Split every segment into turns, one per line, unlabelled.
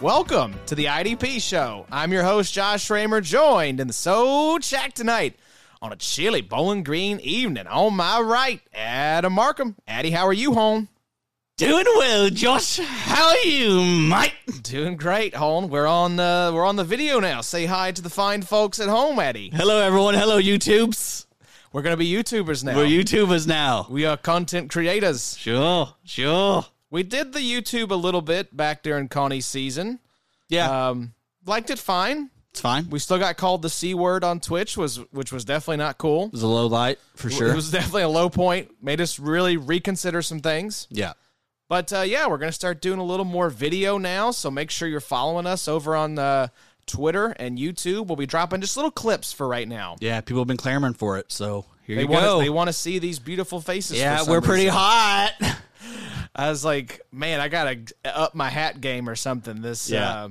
Welcome to the IDP Show. I'm your host, Josh Schramer, joined in the So Shack tonight on a chilly Bowling Green evening. On my right, Adam Markham. Addy, how are you, home?
Doing well, Josh. How are you, mate?
Doing great, home. We're on uh, we're on the video now. Say hi to the fine folks at home, Addy.
Hello, everyone. Hello, YouTubes.
We're gonna be YouTubers now.
We're YouTubers now.
we are content creators.
Sure, sure.
We did the YouTube a little bit back during Connie's season.
Yeah,
Um, liked it fine.
it's fine. It
We still got called the c word on Twitch, was which was definitely not cool.
was a low light for sure.
It was definitely a low point. Made us really reconsider some things.
yeah.
But uh, yeah, we're gonna start doing a little more video now. So make sure you're following us over on uh, Twitter and YouTube. We'll be dropping just little clips for right now.
Yeah, people have been clamoring for it, so here
They
you
want
go.
to, they want to see these beautiful faces. for
yeah,
some
we're pretty
reason.
hot.
I was like, man, I gotta up my hat game or something. This
Yeah.
uh,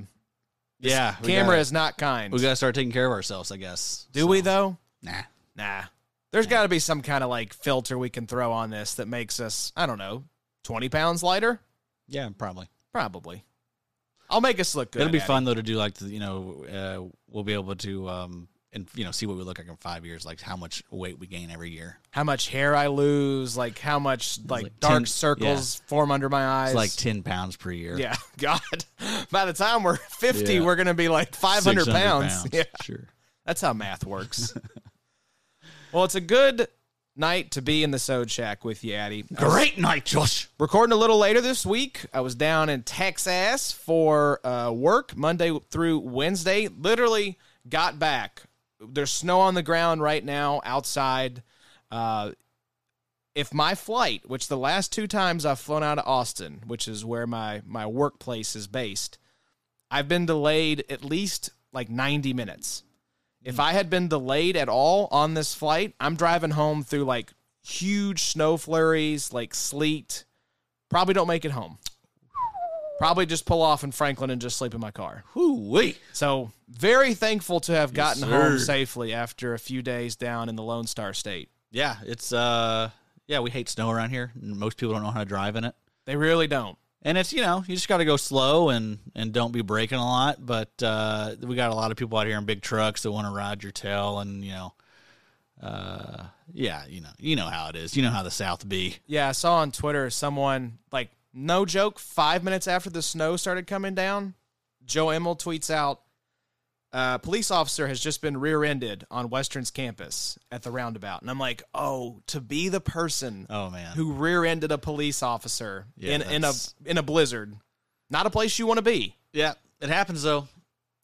yeah, we
camera
gotta-
is not kind.
We gotta start taking care of ourselves, I guess.
Do we though?
Nah.
Nah. There's got to be some kind of like filter we can throw on this that makes us, I don't know, 20 pounds lighter?
Yeah, probably.
Probably. I'll make us look good.
It'll be
at it.
fun though to do like the, you know uh, we'll be able to um and you know see what we look like in five years, like how much weight we gain every year.
How much hair I lose, like how much like,
like
dark
10
circles form under my eyes.
It's like ten pounds per year.
yeah, God. By the time we're 50,
Yeah.
we're going to be like 500
600
pounds. Yeah.
Sure.
That's how math works. well, it's a good night to be in the Sod Shack with you, Addy.
Great night, Josh.
recording a little later this week. I was down in Texas for uh, work Monday through Wednesday. Literally got back. There's snow on the ground right now outside. Uh, if my flight, which the last two times I've flown out of Austin, which is where my my workplace is based, I've been delayed at least like 90 minutes. If I had been delayed at all on this flight, I'm driving home through like huge snow flurries, like sleet. Probably don't make it home. Probably just pull off in Franklin and just sleep in my car.
Hoo wee.
So, very thankful to have gotten home
sir.
safely after a few days down in the Lone Star State.
Yeah, it's uh yeah, we hate snow around here. and Most people don't know how to drive in it.
They really don't.
And it's you know, you just gotta go slow and and don't be braking a lot. But uh we got a lot of people out here in big trucks that wanna ride your tail and you know uh yeah, you know you know how it is. You know how the South be.
Yeah, I saw on Twitter someone like no joke. Five minutes after the snow started coming down, Joe Emmel tweets out, uh, "Police officer has just been rear-ended on Western's campus at the roundabout," and I'm like, "Oh, to be the person
Oh man.
who rear-ended a police officer
Yeah,
in in a
that's-
in a blizzard, not a place you want to be."
yeah, it happens though.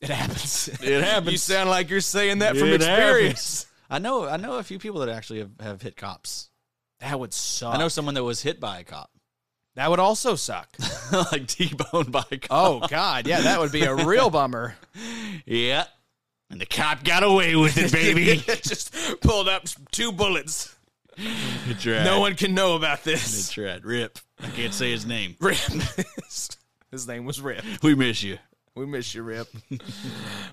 It happens.
It happens.
you sound like you're saying that from
It
experience.
I know I know a few people that actually have, have hit cops.
That would suck.
I know someone that was hit by a cop.
That would also suck.
like T boned by a cop.
Oh God, yeah, that would be a real bummer.
Yeah. And the cop got away with it, baby.
just pulled up two bullets.
That's right.
No one can know about this.
That's right. Rip. I can't say his name.
Rip. His name was Rip.
We miss you.
We miss you, Rip.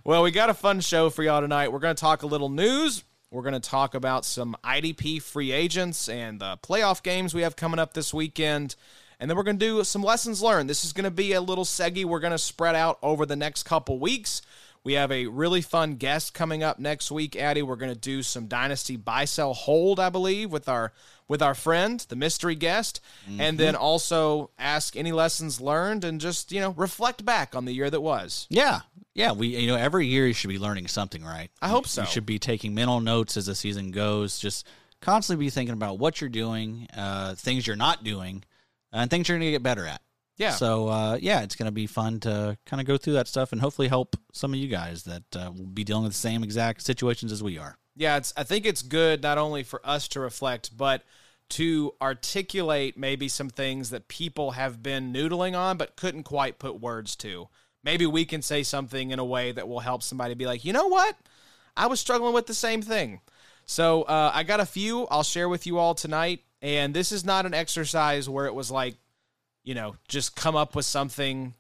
well, we got a fun show for y'all tonight. We're going to talk a little news. We're going to talk about some IDP free agents and the playoff games we have coming up this weekend. And then we're going to do some lessons learned. This is going to be a little seggy we're going to spread out over the next couple weeks. We have a really fun guest coming up next week, Addy. We're going to do some dynasty buy sell hold, I believe, with our with our friend, the mystery guest, and then also ask any lessons learned and just, you know, reflect back on the year that was.
Yeah. Yeah. We, you know, every year you should be learning something, right?
I hope so.
You should be taking mental notes as the season goes. Just constantly be thinking about what you're doing, uh, things you're not doing, and things you're going to get better at.
Yeah.
So, uh, yeah, it's going to be fun to kind of go through that stuff and hopefully help some of you guys that uh, will be dealing with the same exact situations as we are.
Yeah, it's I think it's good not only for us to reflect, but to articulate maybe some things that people have been noodling on but couldn't quite put words to. Maybe we can say something in a way that will help somebody be like, you know what? I was struggling with the same thing. So uh, I got a few I'll share with you all tonight. And this is not an exercise where it was like, you know, just come up with something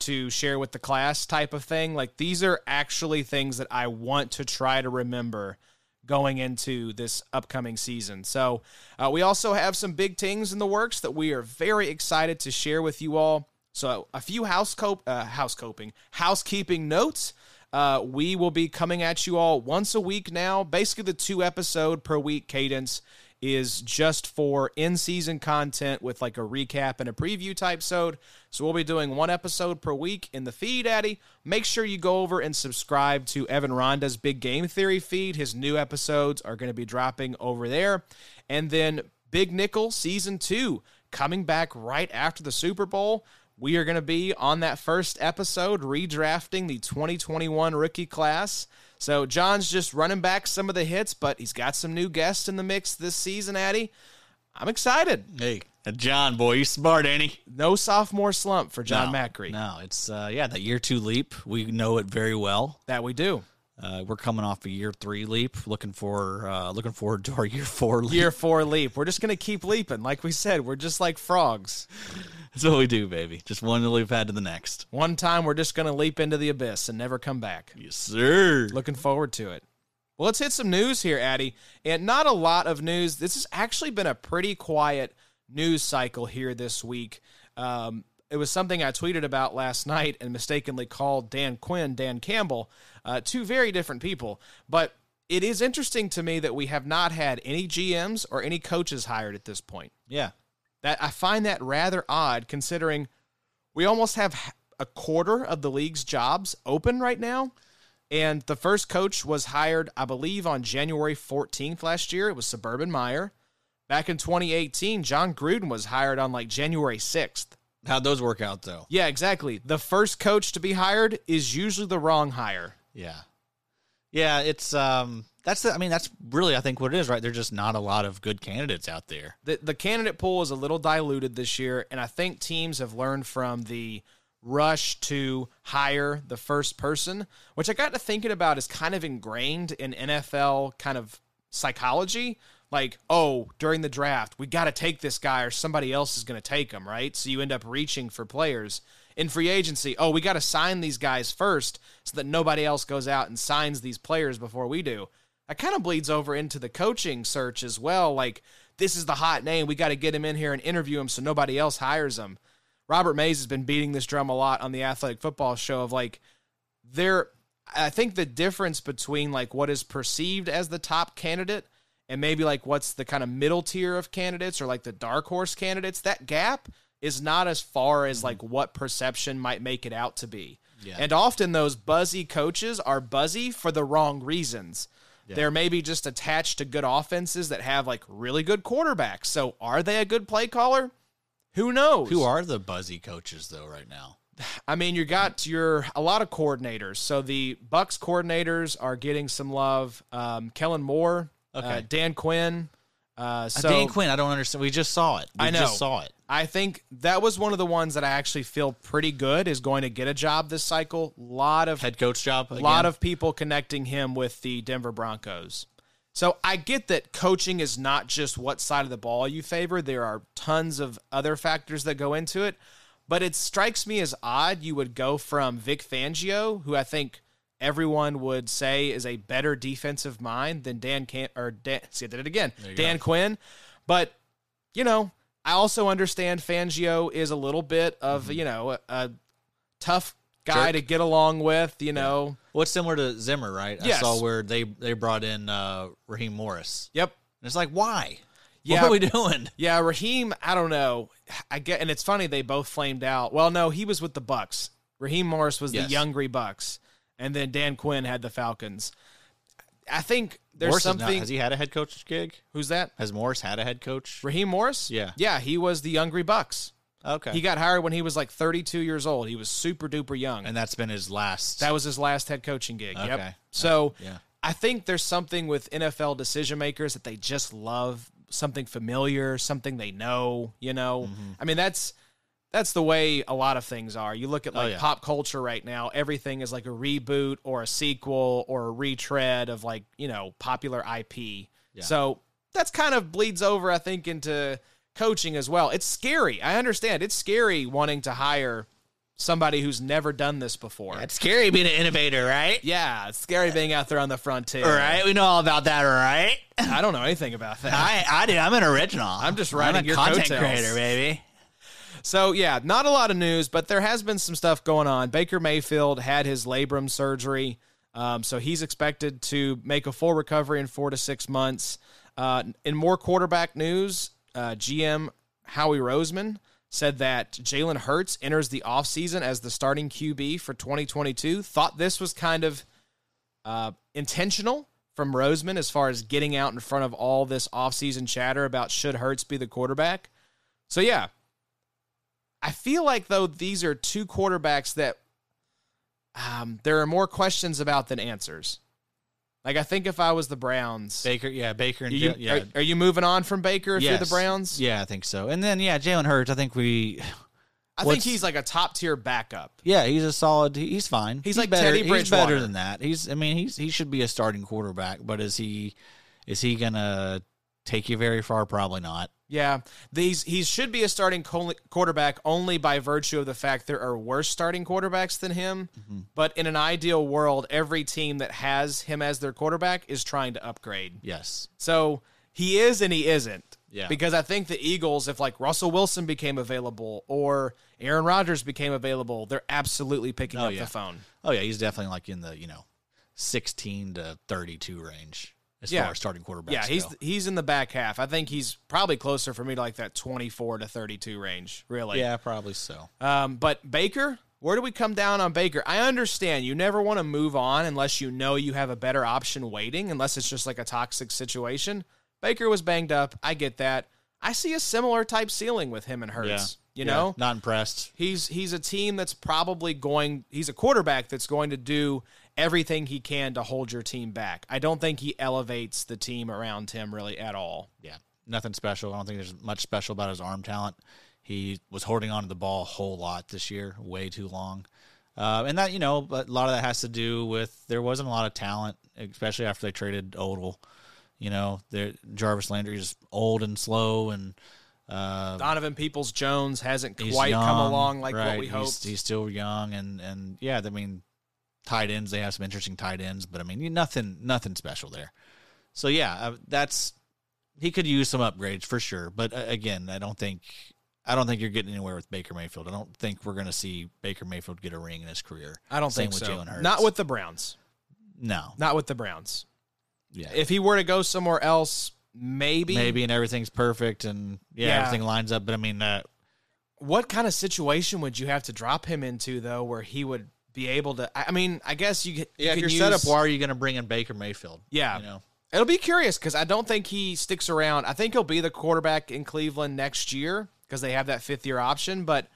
to share with the class type of thing. Like these are actually things that I want to try to remember going into this upcoming season. So uh, we also have some big things in the works that we are very excited to share with you all. So a few house cope, uh, house coping, housekeeping notes. Uh, we will be coming at you all once a week now. Basically, the two episode per week cadence is just for in season content with like a recap and a preview type sode. So we'll be doing one episode per week in the feed, Addy. Make sure you go over and subscribe to Evan Ronda's Big Game Theory feed. His new episodes are going to be dropping over there. And then Big Nickel Season 2 coming back right after the Super Bowl. We are going to be on that first episode redrafting the 2021 rookie class. So John's just running back some of the hits, but he's got some new guests in the mix this season, Addy. I'm excited.
Hey, Uh, John boy, you smart, Annie.
No sophomore slump for John Macri.
No, it's uh, yeah, that year two leap. We know it very well.
That we do.
Uh, we're coming off a year three leap. Looking for uh, looking forward to our year four leap.
Year four leap. We're just going to keep leaping. Like we said, we're just like frogs.
That's what we do, baby. Just one leap ahead to the next.
One time, we're just going to leap into the abyss and never come back.
Yes, sir.
Looking forward to it. Well, let's hit some news here, Addy. And not a lot of news. This has actually been a pretty quiet news cycle here this week. Um, it was something I tweeted about last night and mistakenly called Dan Quinn, Dan Campbell, uh, two very different people. But it is interesting to me that we have not had any GMs or any coaches hired at this point.
Yeah,
That I find that rather odd, considering we almost have h- a quarter of the league's jobs open right now. And the first coach was hired, I believe, on January 14th last year. It was Suburban Meyer. Back in 2018, John Gruden was hired on like January 6th.
how'd those work out though?
Yeah, exactly. The first coach to be hired is usually the wrong hire.
Yeah, yeah. It's um, that's the, I mean, that's really I think what it is, right? There's just not a lot of good candidates out there.
the the candidate pool is a little diluted this year, and I think teams have learned from the rush to hire the first person, which I got to thinking about is kind of ingrained in NFL kind of psychology. Like, oh, during the draft, we got to take this guy or somebody else is going to take him, right? So you end up reaching for players. In free agency, oh, we got to sign these guys first so that nobody else goes out and signs these players before we do that kind of bleeds over into the coaching search as well. Like, this is the hot name. We got to get him in here and interview him so nobody else hires him. Robert Mays has been beating this drum a lot on the athletic football show of like, there, I think the difference between like what is perceived as the top candidate and maybe like what's the kind of middle tier of candidates or like the dark horse candidates, that gap is not as far as like what perception might make it out to be.
Mm-hmm. Yeah.
And often those buzzy coaches are buzzy for the wrong reasons. They're maybe just attached to good offenses that have like really good quarterbacks. So are they a good play caller? Who knows?
Who are the buzzy coaches though right now?
I mean, you got your a lot of coordinators. So the Bucks coordinators are getting some love. Um, Kellen Moore, uh,
Okay.
Dan Quinn. Uh, so
Dan Quinn, I don't understand. We just saw it. We
I know.
just saw it.
I think that was one of the ones that I actually feel pretty good is going to get a job this cycle. Lot of
Head coach job.
a lot of people connecting him with the Denver Broncos. So I get that coaching is not just what side of the ball you favor. There are tons of other factors that go into it, but it strikes me as odd you would go from Vic Fangio, who I think everyone would say is a better defensive mind than Dan Can or Dan. See, I did it again.
you
Dan Quinn, but you know, I also understand Fangio is a little bit of you know a, a tough guy
Mm-hmm. Jerk.
to get along with. You know,
What's similar to Zimmer, right?
Yes.
I saw where they they brought in uh, Raheem Morris.
yep,
And it's like, why?
Yeah.
What are we doing?
yeah. Raheem, I don't know. I get, and it's funny they both flamed out. Well, no, he was with the Bucks. Raheem Morris was
Yes.
the Youngry Bucks, and then Dan Quinn had the Falcons. I think there's
Morris is not-
something.
has he had a head coach gig?
who's that?
Has Morris had a head coach?
Raheem Morris?
Yeah.
yeah. He was the Youngry Bucks.
Okay.
He got hired when he was like 32 years old. He was super duper young.
and that's been his last.
That was his last head coaching gig. Yep.
Okay.
So
Yeah.
I think there's something with NFL decision makers that they just love something familiar, something they know, you know.
Mm-hmm.
I mean, that's that's the way a lot of things are. You look at like
Oh, yeah.
pop culture right now, everything is like a reboot or a sequel or a retread of like, you know, popular IP. So that's kind of bleeds over, I think, into coaching as well. It's scary. I understand. It's scary wanting to hire somebody who's never done this before.
that's scary being an innovator, right?
Yeah, it's scary being out there on the frontier.
All right. We know all about that, all right?
I don't know anything about that.
I I do. I'm an original. I'm
just
I'm
riding
a
your
content
coattails.
creator, baby.
So yeah, not a lot of news, but there has been some stuff going on. Baker Mayfield had his labrum surgery, um, so he's expected to make a full recovery in four to six months. Uh, in more quarterback news, uh, GM Howie Roseman said that Jalen Hurts enters the offseason as the starting QB for 2022. Thought this was kind of uh, intentional from Roseman as far as getting out in front of all this offseason chatter about should Hurts be the quarterback. So, yeah, I feel like, though, these are two quarterbacks that um, there are more questions about than answers. Like, I think if I was the Browns.
Baker, yeah, Baker and
Are you,
Jalen- yeah.
are, are you moving on from Baker if you're
Yes.
the Browns?
Yeah, I think so. And then yeah, Jalen Hurts. I think we.
I
What's-
think he's like a top tier backup.
Yeah, he's a solid. he- He's fine. He's,
like
better,
Teddy
He's better
Bridgewater.
than that. He's. I mean, he's he should be a starting quarterback. But is he? Is he gonna take you very far? Probably not.
Yeah, these he should be a starting col- quarterback only by virtue of the fact there are worse starting quarterbacks than him.
Mm-hmm.
But in an ideal world, every team that has him as their quarterback is trying to upgrade.
Yes.
So he is and he isn't.
Yeah.
Because I think the Eagles, if like Russell Wilson became available or Aaron Rodgers became available, they're absolutely picking up
yeah.
the phone.
Oh yeah, he's definitely like in the you know, sixteen to thirty-two range as
Yeah.
far as starting quarterbacks.
Yeah, he's
go.
he's in the back half. I think he's probably closer for me to like that twenty four to thirty two range. Really.
yeah, probably so.
Um, but Baker, where do we come down on Baker? I understand you never want to move on unless you know you have a better option waiting, unless it's just like a toxic situation. Baker was banged up. I get that. I see a similar type ceiling with him and Hurts.
Yeah.
You
Yeah,
know,
not impressed.
he's he's a team that's probably going. He's a quarterback that's going to do everything he can to hold your team back. I don't think he elevates the team around him really at all.
Yeah, nothing special. I don't think there's much special about his arm talent. He was holding on to the ball a whole lot this year, way too long. Uh, and that, you know, but a lot of that has to do with there wasn't a lot of talent, especially after they traded Odell. You know, there Jarvis Landry is old and slow, and uh,
Donovan Peoples Jones hasn't
He's
quite come
young,
along like what
right.
we
He's-
hoped.
He's still young, and and yeah, I mean, tight ends they have some interesting tight ends, but I mean, nothing nothing special there. So yeah, uh, that's he could use some upgrades for sure. But uh, again, I don't think I don't think you're getting anywhere with Baker Mayfield. I don't think we're going to see Baker Mayfield get a ring in his career.
I don't
Same
think
with
so.
Jalen Hurts.
Not with the Browns.
no,
Not with the Browns.
yeah,
If he were to go somewhere else, maybe.
maybe and everything's perfect and yeah,
Yeah.
everything lines up. But I mean, uh,
What kind of situation would you have to drop him into though, where he would be able to? I I mean, I guess you. get-
yeah,
you
if
can
you're
use,
set up, why are you going to bring in Baker Mayfield?
Yeah.
you know,
It'll be curious because I don't think he sticks around. I think he'll be the quarterback in Cleveland next year because they have that fifth year option. But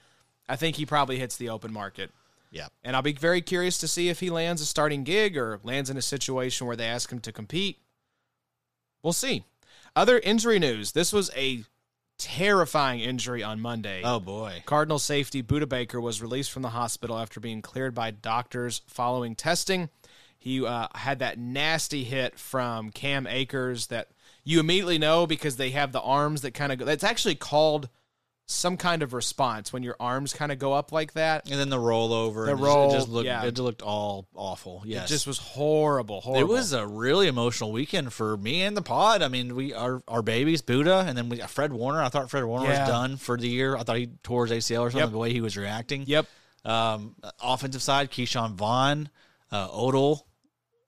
I think he probably hits the open market.
yeah.
And I'll be very curious to see if he lands a starting gig or lands in a situation where they ask him to compete. We'll see. Other injury news. This was a terrifying injury on Monday.
Oh boy.
Cardinal safety Buda Baker was released from the hospital after being cleared by doctors following testing. He uh, had that nasty hit from Cam Akers that you immediately know because they have the arms that kind of go. That's actually called some kind of response when your arms kind of go up like that.
And then the rollover.
The
and it just-
roll,
It just looked.
yeah.
It just looked all awful. Yes.
It just was horrible.
it
Horrible.
was a really emotional weekend for me and the pod. I mean, we our our babies Buddha, and then we uh, Fred Warner. I thought Fred Warner
Yeah.
was done for the year. I thought he tore his ACL or something.
Yep.
The way he was reacting.
Yep.
Um, offensive side, Keyshawn Vaughn, uh, Odell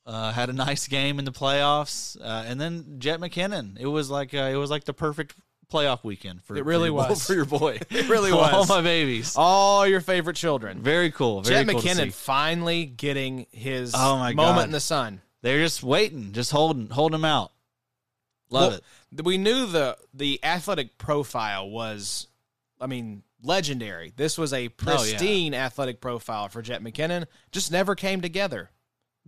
uh, had a nice game in the playoffs, uh, and then Jet McKinnon. It was like uh, it was like the perfect playoff weekend for
It really
for your, bo-
was.
for your boy. it
really
All
was.
my babies.
All your favorite children.
Very cool. Very
Jet
cool to see.
McKinnon finally getting his
Oh my
moment
God.
in the sun.
They're just waiting, just holding, holding them out. Love it.
Well, We knew the the athletic profile was, I mean, legendary. This
Oh,
was a pristine athletic profile for Jet McKinnon. Just never came together.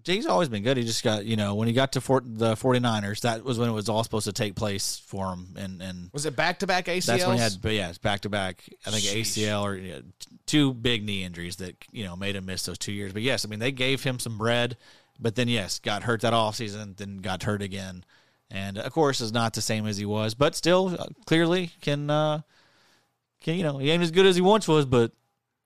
Jake's always been good. He just got, you know, when he got to Fort, the 49ers, that was when it was all supposed to take place for him. And, and
Was it back to back ACLs?
that's when he had, but yeah, it's back to back. I think
Sheesh.
ACL or yeah, t- two big knee injuries that, you know, made him miss those two years. But yes, I mean, they gave him some bread, but then, yes, got hurt that offseason, then got hurt again. And of course, is not the same as he was, but still uh, clearly can, uh, can, you know, he ain't as good as he once was, but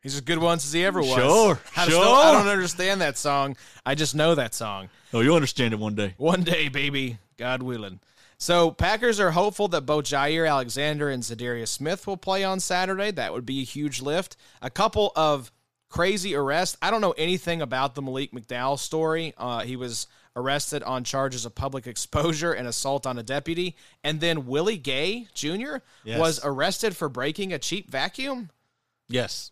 He's as good once as he ever was.
Sure,
I, just don't, I
sure.
don't understand that song. I just know that song.
oh, you'll understand it one day.
One day, baby, God willing. So Packers are hopeful that both Jair Alexander and Zadarius Smith will play on Saturday. That would be a huge lift. A couple of crazy arrests. I don't know anything about the Malik McDowell story. Uh, he was arrested on charges of public exposure and assault on a deputy, and then Willie Gay Jr.
Yes.
was arrested for breaking a cheap vacuum. Eh,
Yes.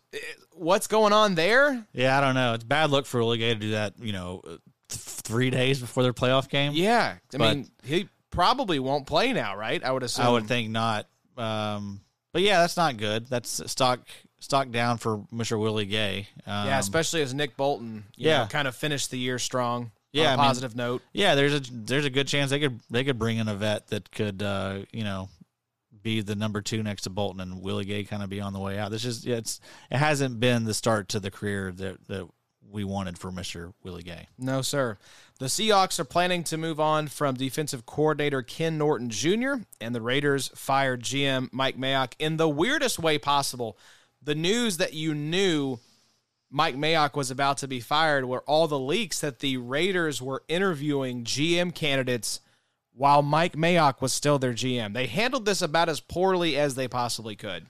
What's going on there?
Yeah, I don't know. It's bad luck for Oligay to do that, you know, uh, th- three days before their playoff game.
Yeah, I
But-
mean he probably won't play now, right? I would assume.
I would think not. Um, but yeah, that's not good. That's stock stock down for Mr. Willie Gay. Um,
Yeah, especially as Nick Bolton, you
Yeah.
know, kind of finished the year strong.
Yeah,
on
I
a
mean-
positive note.
yeah, there's a there's a good chance they could they could bring in a vet that could uh, you know be the number two next to Bolton and Willie Gay kind of be on the way out. This is yeah, it's it hasn't been the start to the career that that we wanted for Mr. Willie Gay.
No, sir. The Seahawks are planning to move on from defensive coordinator Ken Norton Jr., and the Raiders fired GM Mike Mayock in the weirdest way possible. The news that you knew Mike Mayock was about to be fired were all the leaks that the Raiders were interviewing GM candidates while Mike Mayock was still their GM. They handled this about as poorly as they possibly could.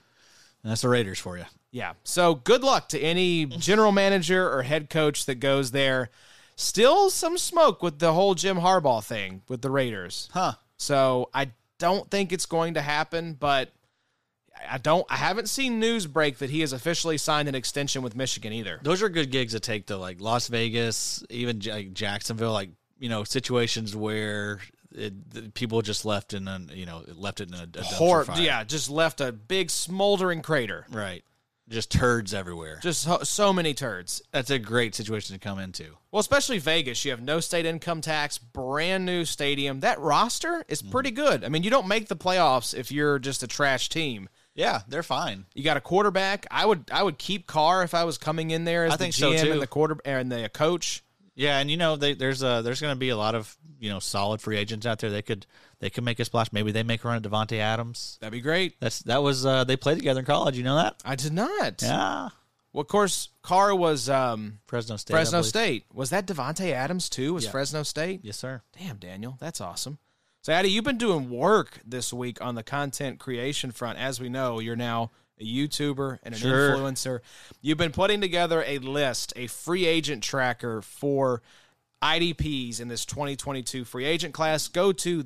And that's the Raiders for you.
Yeah. So good luck to any general manager or head coach that goes there. Still some smoke with the whole Jim Harbaugh thing with the Raiders.
Huh.
So I don't think it's going to happen, but I don't I haven't seen news break that he has officially signed an extension with Michigan either.
those are good gigs to take to like Las Vegas, even J- like Jacksonville, like you know situations where it, the people just left in an you know left it in a, a dumpster
Hor-
fire.
yeah, just left a big smoldering crater.
right. Just turds everywhere.
Just so, so many turds.
That's a great situation to come into.
Well, especially Vegas, you have no state income tax, brand new stadium. That roster
Mm-hmm.
is pretty good. I mean, you don't make the playoffs if you're just a trash team.
Yeah, they're fine.
You got a quarterback. I would I would keep Carr if I was coming in there as
I
the
think so,
GM
too.
and the quarter and the coach.
Yeah, and you know they, there's a there's going to be a lot of you know solid free agents out there. They could they could make a splash. Maybe they make a run at Devonte Adams.
That'd be great.
That's that was uh, they played together in college. You know that?
I did not.
Yeah,
Well, of course, Carr was um,
Fresno State. I
Fresno
believe.
State. Was that Devonte Adams too? Was Fresno State?
Yes, sir.
Damn, Daniel, that's awesome. So, Addy, you've been doing work this week on the content creation front. As we know, you're now a YouTuber and an
Sure.
influencer. You've been putting together a list, a free agent tracker for IDPs in this 2022 free agent class. Go to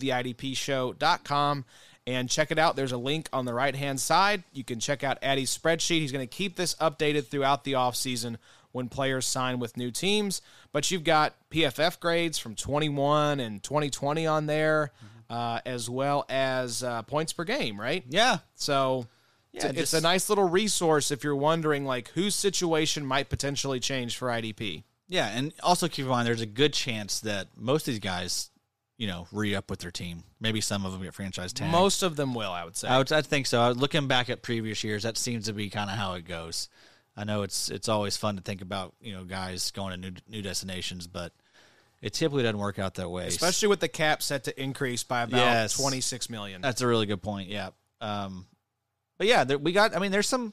theidpshow.com and check it out. There's a link on the right hand side. You can check out Addy's spreadsheet. He's going to keep this updated throughout the offseason when players sign with new teams. But you've got PFF grades from 21 and 2020 on there, uh, as well as uh, points per game, right?
Yeah,
So it's, a,
Yeah,
it's
just-
a nice little resource if you're wondering like whose situation might potentially change for IDP.
Yeah, and also keep in mind there's a good chance that most of these guys, you know, re up with their team. Maybe some of them get franchise tagged.
Most of them will, I would say.
I, would, I think so. I was looking back at previous years, that seems to be kind of how it goes. I know it's it's always fun to think about you know guys going to new new destinations, but it typically doesn't work out that way.
especially with the cap set to increase by about
Yes.
26 million.
That's a really good point. Yeah. Um, but yeah, there, we got. I mean, there's some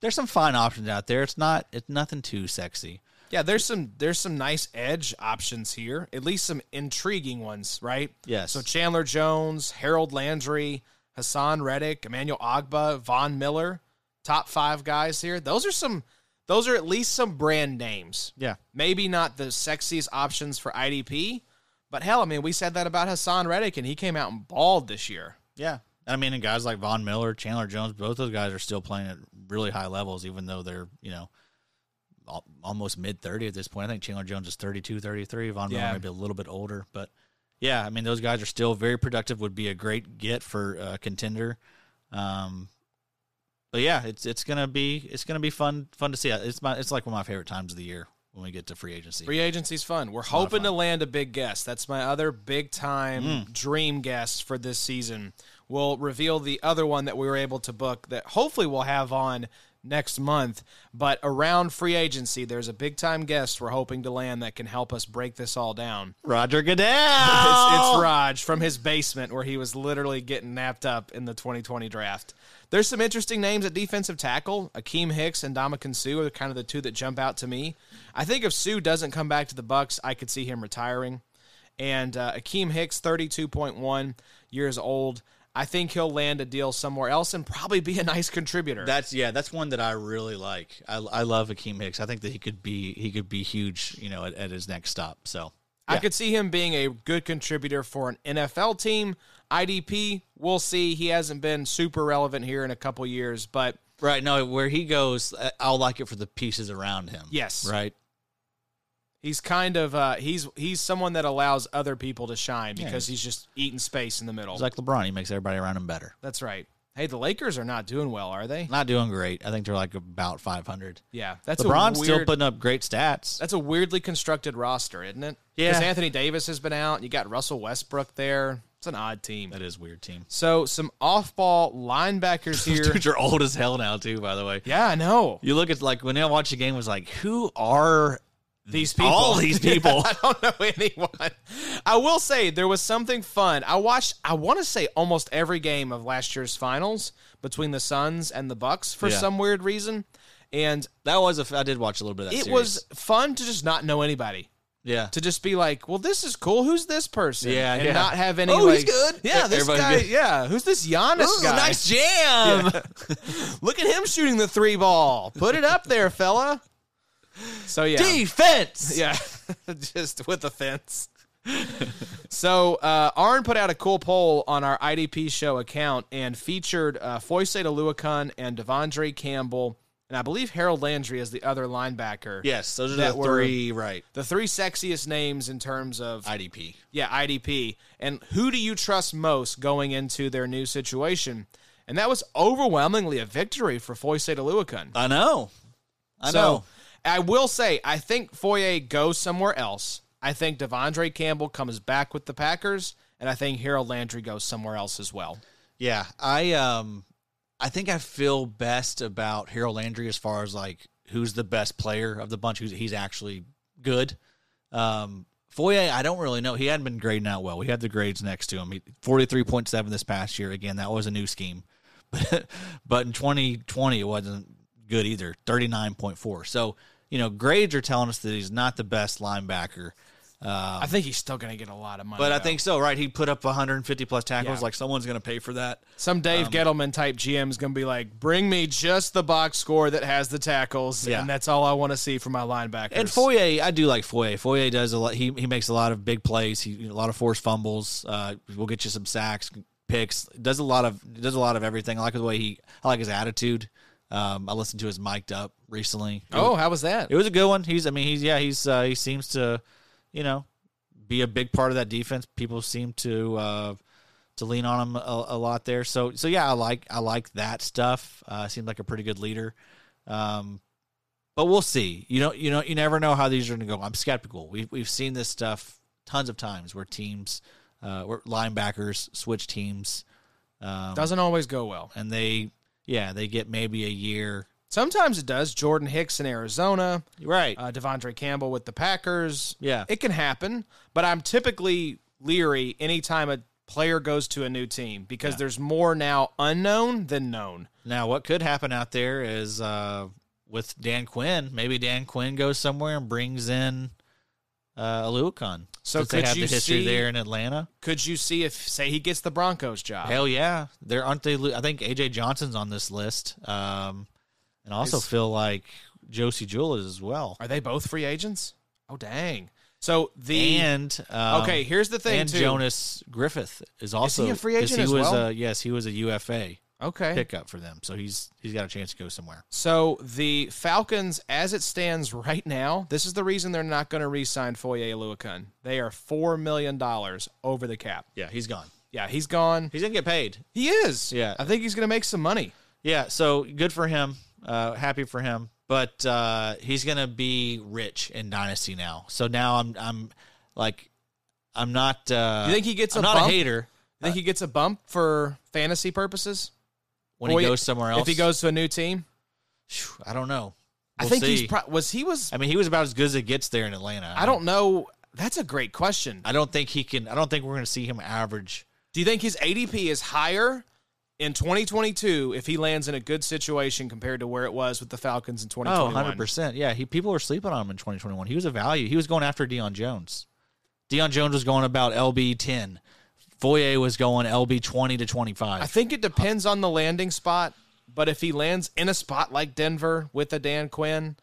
there's some fine options out there. It's not it's nothing too sexy.
yeah, there's some there's some nice edge options here, at least some intriguing ones, right?
Yes.
So Chandler Jones, Harold Landry, Hassan Reddick, Emmanuel Ogba, Von Miller, top 5 guys here. Those are some those are at least some brand names.
Yeah.
Maybe not the sexiest options for IDP, but hell, I mean, we said that about Hassan Reddick and he came out and balled this year.
Yeah. I mean, and guys like Von Miller, Chandler Jones, both those guys are still playing at really high levels, even though they're, you know, al- almost mid 30 at this point. I think Chandler Jones is 32, 33. Von
Yeah.
Miller may be a little bit older, but yeah, I mean, those guys are still very productive, would be a great get for a contender. Um, but yeah, it's it's gonna be it's gonna be fun fun to see. It's my it's like one of my favorite times of the year when we get to free agency.
Free agency's fun. We're
lot of
hoping
fun.
to land a big guest. That's my other big time dream guest for this season. We'll reveal the other one that we were able to book that hopefully we'll have on next month. But around free agency, there's a big time guest we're hoping to land that can help us break this all down.
Roger Goodell.
It's,
Oh.
it's Raj from his basement where he was literally getting napped up in the 2020 draft. There's some interesting names at defensive tackle. Akeem Hicks and Dominican Sue are kind of the two that jump out to me. I think if Sue doesn't come back to the Bucks, I could see him retiring. and uh, Akeem Hicks, 32.1 years old. I think he'll land a deal somewhere else and probably be a nice contributor.
That's yeah, that's one that I really like. I, I love Akeem Hicks. I think that he could be he could be huge, you know, at, at his next stop. So
I could see him being a good contributor for an NFL team. IDP, we'll see. He hasn't been super relevant here in a couple years, but
right no, where he goes, I- I'll like it for the pieces around him.
Yes.
right.
he's kind of uh, he's he's someone that allows other people to shine because he's just eating space in the middle.
He's like LeBron. He makes everybody around him better.
That's right. Hey, the Lakers are not doing well, are they?
Not doing great. I think they're like about 500.
Yeah, that's
LeBron's
a weird,
still putting up great stats.
That's a weirdly constructed roster, isn't it?
Yeah.
because Anthony Davis has been out. You got Russell Westbrook there. It's an odd team.
That is a weird team.
So some off-ball linebackers
These
here.
dudes are old as hell now too. By the way,
yeah, I know
you look at like when I watch the game, it was like who are
these people.
all these people?
I don't know anyone. I will say there was something fun. I watched. I want to say almost every game of last year's finals between the Suns and the Bucks for
Yeah.
some weird reason, and
that was a f- I did watch a little bit of that.
it
series.
was fun to just not know anybody.
yeah.
to just be like, well, this is cool. Who's this person?
Yeah,
and
yeah.
not have any.
Oh, he's
like,
good.
Yeah, this
Everybody's
guy.
good.
Yeah, who's this Giannis
Ooh,
guy?
nice jam.
Look at him shooting the three ball. Put it up there, fella. So yeah,
Defense.
yeah, just with the fence. so uh, Arn put out a cool poll on our IDP show account and featured uh, Foyce Aluakun and Devondre Campbell, and I believe Harold Landry as the other linebacker.
Yes, those are
That
the
were-
three right
The three sexiest names in terms of
IDP.
yeah, IDP. And who do you trust most going into their new situation? And that was overwhelmingly a victory for Foye Setaluakun.
I know. I
So
know.
I will say, I think Foye goes somewhere else. I think Devondre Campbell comes back with the Packers, and I think Harold Landry goes somewhere else as well.
Yeah, I um, I think I feel best about Harold Landry as far as like who's the best player of the bunch. Who's he's actually good. Um, Foye, I don't really know. He hadn't been grading out well. We had the grades next to him. Forty three point seven this past year. Again, that was a new scheme, but but in twenty twenty it wasn't good either. Thirty nine point four. So you know, grades are telling us that he's not the best linebacker. Uh,
I think he's still going to get a lot of money.
but I
though.
think so, right? He put up 150 plus tackles.
Yeah.
Like someone's going to pay for that.
some
um,
Dave Gettleman type GM is going to be like, bring me just the box score that has the tackles,
Yeah.
and that's all I want to see from my linebackers.
And Foyer, I do like Foyer. Foyer does a lot. He he makes a lot of big plays. He a lot of forced fumbles. Uh, will get you some sacks, picks. Does a lot of does a lot of everything. I like the way he. I like his attitude. Um, I listened to his mic'd up recently. It was-
Oh, how was that?
it was a good one. He's. I mean, he's. Yeah, he's. Uh, he seems to, you know, be a big part of that defense. People seem to. Uh, to lean on him a, a lot there, so so yeah, I like I like that stuff. Uh, seemed like a pretty good leader. Um, but we'll see. You know, you know, you never know how these are going to go. I'm skeptical. We've we've seen this stuff tons of times where teams, uh, where linebackers switch teams, um,
Doesn't always go well.
and they yeah they get maybe a year
Sometimes it does. Jordan Hicks in Arizona,
right.
uh, Devondre Campbell with the Packers.
Yeah.
It can happen, but I'm typically leery anytime a player goes to a new team because there's more now unknown than known.
Now, what could happen out there is uh, with Dan Quinn, maybe Dan Quinn goes somewhere and brings in uh, Aluakon.
So
Since
could
they have
you
the history
see-
there in Atlanta.
Could you see if, say, he gets the Broncos job?
Hell yeah, there aren't they? lo- I think AJ Johnson's on this list, um, and I also feel like Josie Jewell is as well.
Are they both free agents? Oh, dang. So the.
And um,
okay, here's the thing,
and
too.
Jonas Griffith is also
a free
'cause
agent
He
as
was
well?
a, yes, he was a UFA
okay.
pickup for them, so he's he's got a chance to go somewhere.
So the Falcons, as it stands right now, this is the reason they're not going to re-sign Foye Aluakun. They are four million dollars over the cap.
Yeah, he's gone.
Yeah, he's gone.
He's gonna get paid.
He is.
Yeah.
I think he's going to make some money.
Yeah, so good for him. Uh, happy for him. But uh, he's gonna be rich in Dynasty now. So now I'm I'm like I'm not. Uh,
You think he gets
I'm
a
not
bump?
a hater
I think he gets a bump for fantasy purposes
when
Boy,
he goes somewhere else.
if he goes to a new team.
Phew, I don't know.
I
We'll
think
see.
he's pro- was he was.
I mean, he was about as good as it gets there in Atlanta.
I don't know. That's a great question.
I don't think he can. I don't think we're gonna see him average.
Do you think his ADP is higher in 2022 if he lands in a good situation compared to where it was with the Falcons in 2021?
percent. Yeah, he people were sleeping on him in 2021. He was a value. He was going after Deion Jones. Deion Jones was going about LB ten. Foyer was going LB twenty to twenty
I
five.
think it depends on the landing spot, but if he lands in a spot like Denver with a Dan Quinn,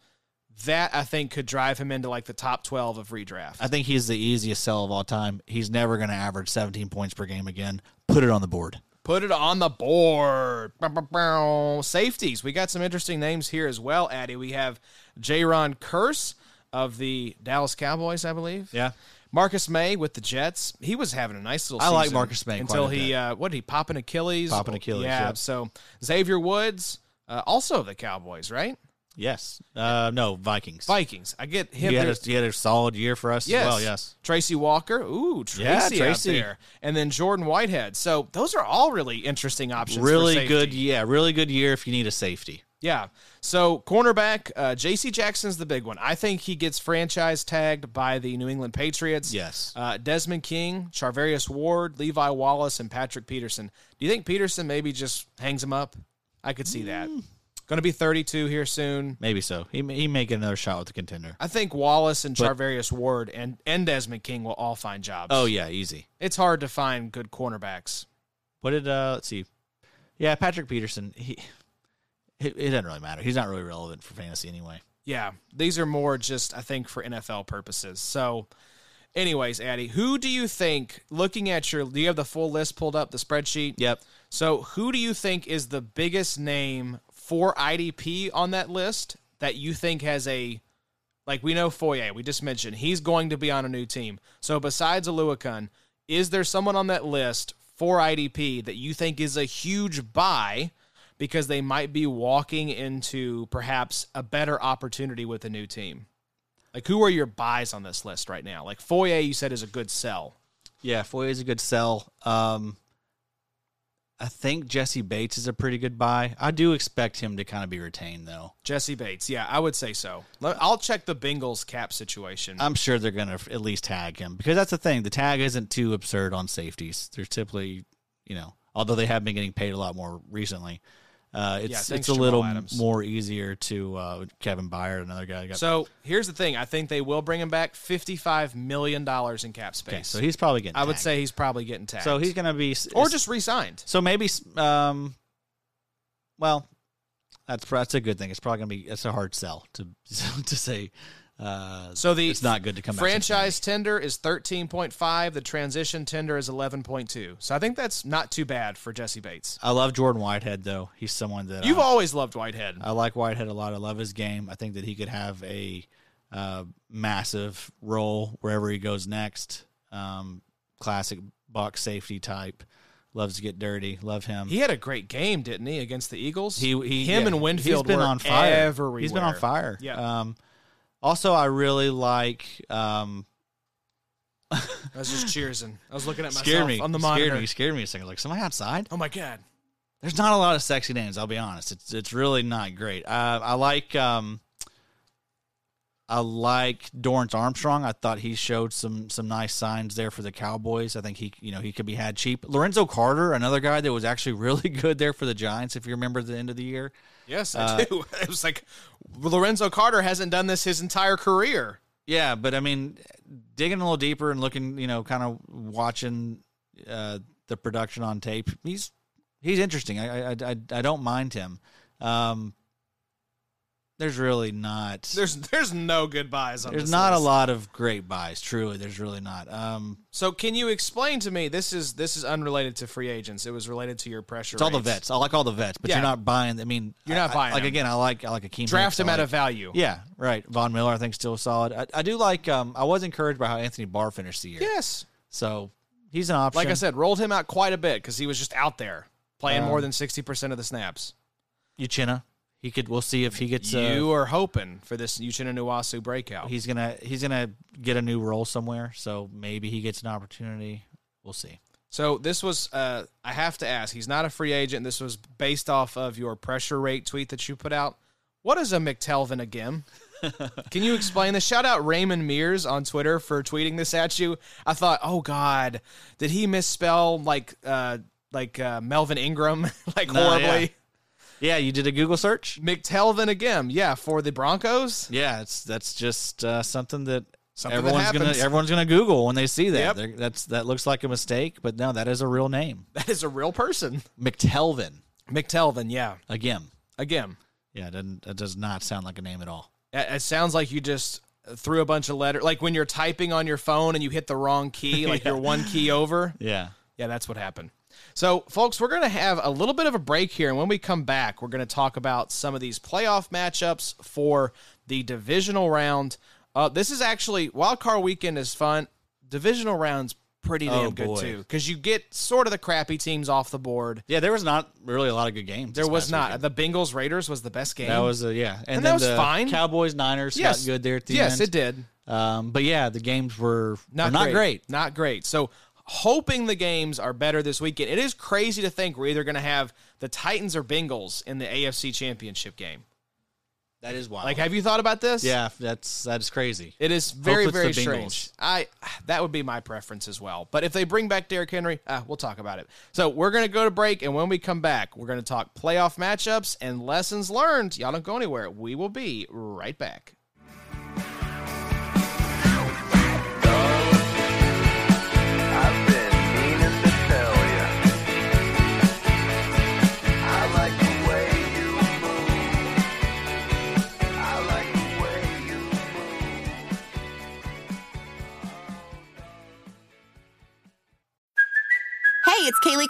that I think could drive him into like the top 12 of redraft.
I think he's the easiest sell of all time. He's never going to average 17 points per game again. Put it on the board.
Put it on the board. Bow, bow, bow. Safeties. We got some interesting names here as well, Addy. We have Jaron Curse of the Dallas Cowboys, I believe.
Yeah.
Marcus May with the Jets. He was having a nice little.
I like
season
Marcus May quite
until
a
he
bit.
uh, what did he pop an Achilles?
Pop an Achilles,
Yeah.
yeah.
So Xavier Woods, uh, also the Cowboys, right?
Yes. Uh, no, Vikings.
Vikings. I get him.
He had, a,
there-
he had a solid year for us
Yes.
as well. Yes.
Tracy Walker. Ooh, Tracy,
Yeah,
out
Tracy.
there. And then Jordan Whitehead. So those are all really interesting options. for
Really
safety.
good. Yeah. Really good year if you need a safety.
Yeah. So cornerback, uh, J.C. Jackson's the big one. I think he gets franchise tagged by the New England Patriots.
Yes.
Uh, Desmond King, Charvarius Ward, Levi Wallace, and Patrick Peterson. Do you think Peterson maybe just hangs him up? I could see that.
Mm.
Going to be 32 here soon.
Maybe so. He, may- he may get another shot with the contender.
I think Wallace and Charvarius Ward and, and Desmond King will all find jobs.
Oh, yeah. Easy.
It's hard to find good cornerbacks.
What did, uh, let's see. Yeah. Patrick Peterson, he, it, it doesn't really matter. He's not really relevant for fantasy anyway.
Yeah, these are more just I think for NFL purposes. So, anyways, Addy, who do you think? Looking at your, do you have the full list pulled up, the spreadsheet?
Yep.
So, who do you think is the biggest name for IDP on that list that you think has a, like we know Foyer, we just mentioned he's going to be on a new team. So, besides Aluakun, is there someone on that list for IDP that you think is a huge buy? Because they might be walking into perhaps a better opportunity with a new team. Like, who are your buys on this list right now? Like, Foyer, you said, is a good sell.
Yeah, Foyer is a good sell. Um, I think Jesse Bates is a pretty good buy. I do expect him to kind of be retained, though.
Jesse Bates. Yeah, I would say so. Let- I'll check the Bengals cap situation.
I'm sure they're going to at least tag him because that's the thing. The tag isn't too absurd on safeties. They're typically, you know, although they have been getting paid a lot more recently, uh, it's
thanks,
it's a
Jamal
little
Adams.
more easier to uh, Kevin Byard, another guy. who Got,
so here's the thing. I think they will bring him back $55 million in cap space.
okay, so he's probably getting.
I would
tagged.
say he's probably getting tagged.
so. He's going to be
or just re signed.
So maybe, um, well, that's that's a good thing. It's probably gonna be it's a hard sell to to say. Uh,
So the
it's not good to come
franchise tender is 13.5. The transition tender is 11.2. So I think that's not too bad for Jesse Bates.
Back. I love Jordan Whitehead though. He's someone that
You've
I,
always loved Whitehead.
I like Whitehead a lot. I love his game. I think that he could have a uh, massive role wherever he goes next. Um, classic box safety type. Loves to get dirty. Love him.
he had a great game, didn't he, against the Eagles?
He, he
him
yeah.
and Winfield
he's been
were
on fire.
everywhere.
He's been on fire.
Yeah.
Um, also, I really like. Um,
I was just cheersing. I was looking at myself
scared me
on the
scared
monitor.
me. Scared me a second. Like, somebody outside?
Oh my god.
There's not a lot of sexy names. I'll be honest. It's it's really not great. Uh, I like. Um, I like Dorrance Armstrong. I thought he showed some some nice signs there for the Cowboys. I think he you know he could be had cheap. Lorenzo Carter, another guy that was actually really good there for the Giants. If you remember the end of the year,
Yes, I
Uh,
do. It was like Lorenzo Carter hasn't done this his entire career.
Yeah, but I mean, digging a little deeper and looking, you know, kind of watching uh, the production on tape, he's he's interesting. I I I, I don't mind him. Um, there's really not
There's there's no good buys on
there's
this
not a
list.
lot of great buys. Truly, there's really not. Um,
So can you explain to me this is this is unrelated to free agents. It was related to your pressure.
it's all the
rates.
vets. I like all the vets, but
Yeah.
you're not buying. I mean,
You're not
I- I-
buying
like
them.
again, I like I like a key
Draft him
like,
at a value.
Yeah, right. Von Miller, I think, still solid. I, I do like. Um, I was encouraged by how Anthony Barr finished the year.
Yes.
So he's an option.
Like I said, rolled him out quite a bit because he was just out there playing
Um,
more than sixty percent of the snaps.
Uchenna. He could. We'll see if he gets.
you
Uh,
are hoping for this Uchenna Nuwasu breakout.
he's gonna. He's gonna get a new role somewhere. So maybe he gets an opportunity. We'll see.
So this was uh, I have to ask, he's not a free agent. This was based off of your pressure rate tweet that you put out. What is a McTelvin again? Can you explain this? Shout out Raymond Mears on Twitter for tweeting this at you. I thought, oh God, did he misspell like uh like uh, Melvin Ingram like
No,
horribly?
Yeah, you did a Google search.
McTelvin again, yeah, for the Broncos.
Yeah, it's that's just uh, something that
Something
Everyone's
that
gonna
happens.
everyone's gonna Google when they see that.
Yep.
They're- That's that looks like a mistake, but no, that is a real name.
that is a real person.
McTelvin
McTelvin, yeah.
again.
Again,
Yeah, it doesn't, that does not sound like a name at all.
it it sounds like you just threw a bunch of letters. Like when you're typing on your phone and you hit the wrong key, like you're one key over.
Yeah.
Yeah, that's what happened. So, folks, we're going to have a little bit of a break here. And when we come back, we're going to talk about some of these playoff matchups for the divisional round. Uh, this is actually wild card weekend is fun. Divisional rounds pretty damn
Oh,
good
boy.
too because you get sort of the crappy teams off the board.
Yeah, there was not really a lot of good games.
There
this
was
past
not
weekend.
the Bengals Raiders was the best game.
That was a, yeah, and,
that
then
was
the
fine.
Cowboys Niners
Yes.
got good there at the
yes,
end.
it did.
Um, but yeah, the games were
Not
were not
great.
great.
Not great. So hoping the games are better this weekend. It is crazy to think we're either going to have the Titans or Bengals in the AFC Championship game.
That is wild.
Like, have you thought about this?
yeah, that's that's crazy.
It is very,
Hope it's
very
the Bengals.
strange. I that would be my preference as well. But if they bring back Derrick Henry, uh, we'll talk about it. So we're gonna go to break, and when we come back, we're gonna talk playoff matchups and lessons learned. Y'all don't go anywhere. We will be right back.
I've been meaning to tell ya. I like the way you move. I like the way you move.
Hey, it's Kaylee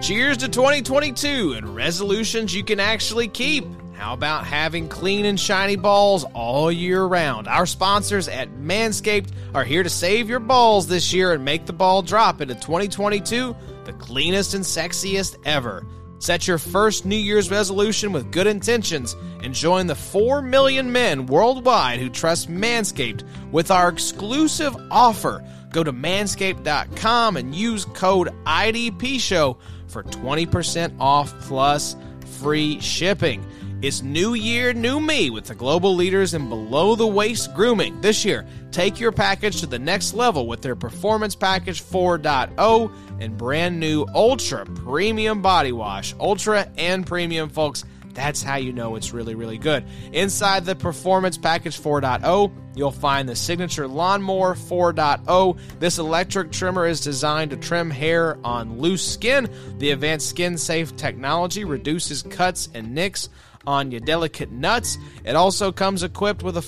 Cheers to 2022 and resolutions you can actually keep. How about having clean and shiny balls all year round? Our sponsors at Manscaped are here to save your balls this year and make the ball drop into 2022 the cleanest and sexiest ever. Set your first New Year's resolution with good intentions and join the 4 million men worldwide who trust Manscaped with our exclusive offer. Go to manscaped.com and use code IDPSHOW for 20% off plus free shipping. It's new year, new me with the global leaders in below the waist grooming. This year, take your package to the next level with their Performance Package 4.0 and brand new Ultra Premium Body Wash. Ultra and Premium, folks. That's how you know it's really, really good. Inside the Performance Package 4.0, you'll find the signature Lawnmower 4.0. This electric trimmer is designed to trim hair on loose skin. The advanced skin safe technology reduces cuts and nicks on your delicate nuts. It also comes equipped with a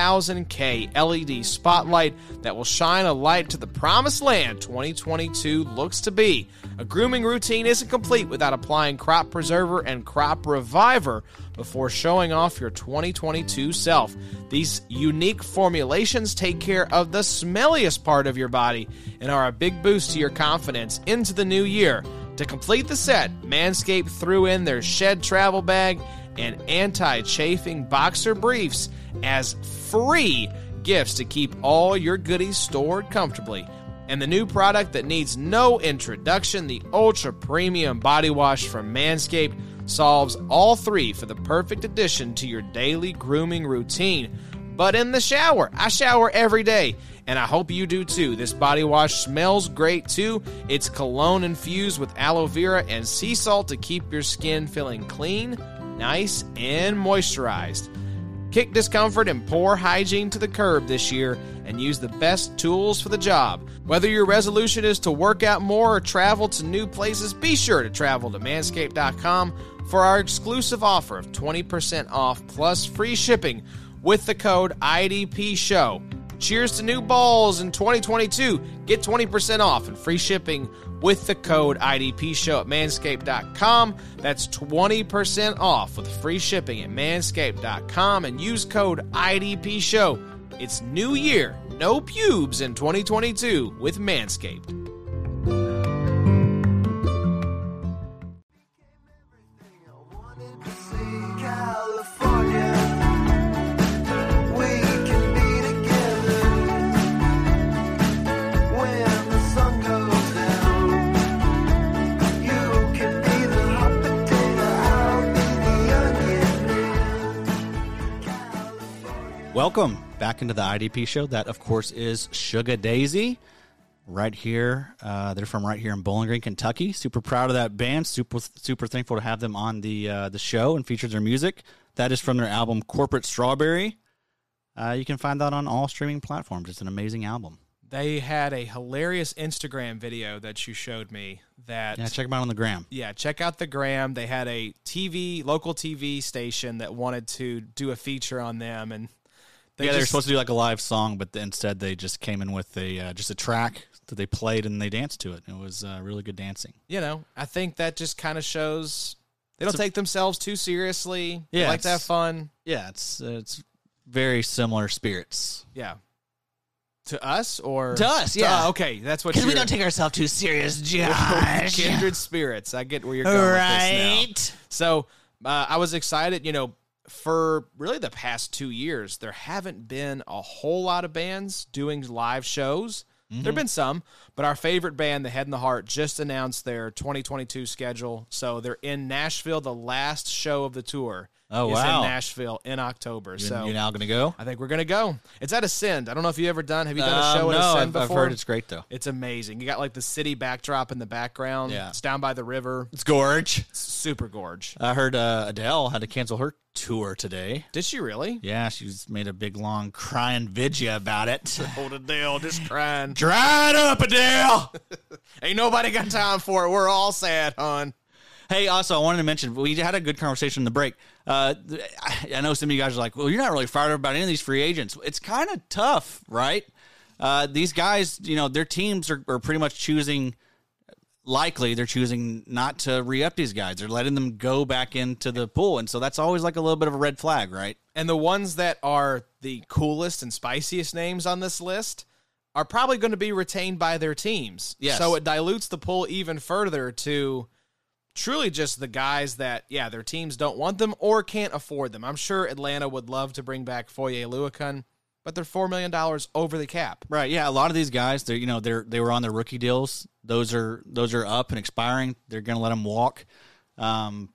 4000K LED E spotlight that will shine a light to the promised land 2022 looks to be. A grooming routine isn't complete without applying Crop Preserver and Crop Reviver before showing off your 2022 self. These unique formulations take care of the smelliest part of your body and are a big boost to your confidence into the new year. To complete the set, Manscaped threw in their shed travel bag and anti chafing boxer briefs as free gifts to keep all your goodies stored comfortably. And the new product that needs no introduction, the Ultra Premium Body Wash from Manscaped, solves all three for the perfect addition to your daily grooming routine but in the shower. I shower every day, and I hope you do too. This body wash smells great too. It's cologne infused with aloe vera and sea salt to keep your skin feeling clean, nice, and moisturized. Kick discomfort and poor hygiene to the curb this year and use the best tools for the job. Whether your resolution is to work out more or travel to new places, be sure to travel to manscaped.com for our exclusive offer of 20% off plus free shipping with the code IDP Show. Cheers to new balls in 2022. Get 20% off and free shipping with the code IDP Show at manscaped.com. That's 20% off with free shipping at manscaped.com and use code IDP Show. It's new year, no pubes in 2022 with Manscaped.
Everything I wanted to see, California.
Welcome back into the IDP show. That, of course, is Sugar Daisy. Right here, uh, they're from right here in Bowling Green, Kentucky. Super proud of that band. Super, super thankful to have them on the uh, the show and feature their music. That is from their album Corporate Strawberry. Uh, you can find that on all streaming platforms. It's an amazing album.
They had a hilarious Instagram video that you showed me that
Yeah, check them out on the gram.
yeah, check out the gram. They had a TV, local TV station that wanted to do a feature on them, and they
yeah, they were
just-
supposed to do like a live song, but instead they just came in with a uh, just a track that they played and they danced to it. It was uh, really good dancing.
you know, I think that just kind of shows they don't take themselves too seriously. they
Yeah,
like to have
it's-
fun.
Yeah, it's uh, it's very similar spirits.
Yeah, to us or
To us, yeah.
Uh, okay, that's what you're-
ourselves too serious,
kindred spirits. I get where you're going with this now. So uh, I was excited, you know, for really the past two years, there haven't been a whole lot of bands doing live shows.
Mm-hmm.
There have been some, but our favorite band, The Head and the Heart, just announced their 2022 schedule. So they're in Nashville. The last show of the tour
Oh,
is
wow.
in Nashville in October. so
You're now gonna go?
I think we're going to go. It's at Ascend. I don't know if you've ever done. Have you done a
Um,
show at
no,
Ascend
I've, I've
before?
heard it's great though.
It's amazing. You got like the city backdrop in the background.
Yeah.
It's down by the river.
It's gorge.
It's super gorge.
I heard uh, Adele had to cancel her tour today.
Did she really?
Yeah, she's made a big long crying video about it.
Old Adele just crying.
Dry it up, Adele.
Ain't nobody got time for it. We're all sad, hon.
Hey, also, I wanted to mention we had a good conversation in the break. Uh, th- I I know some of you guys are like, "Well, you're not really fired up about any of these free agents." It's kind of tough, right? Uh, these guys, you know, their teams are, are pretty much choosing. Likely, they're choosing not to re-up these guys. They're letting them go back into the pool, and so that's always like a little bit of a red flag, right?
And the ones that are the coolest and spiciest names on this list are probably going to be retained by their teams.
Yes.
So it dilutes the pool even further to truly just the guys that, yeah, their teams don't want them or can't afford them. I'm sure Atlanta would love to bring back Foye Luakun, but they're $4 million over the cap.
Right. Yeah. A lot of these guys, they're you know they're they were on their rookie deals. Those are those are up and expiring. They're going to let them walk. Um,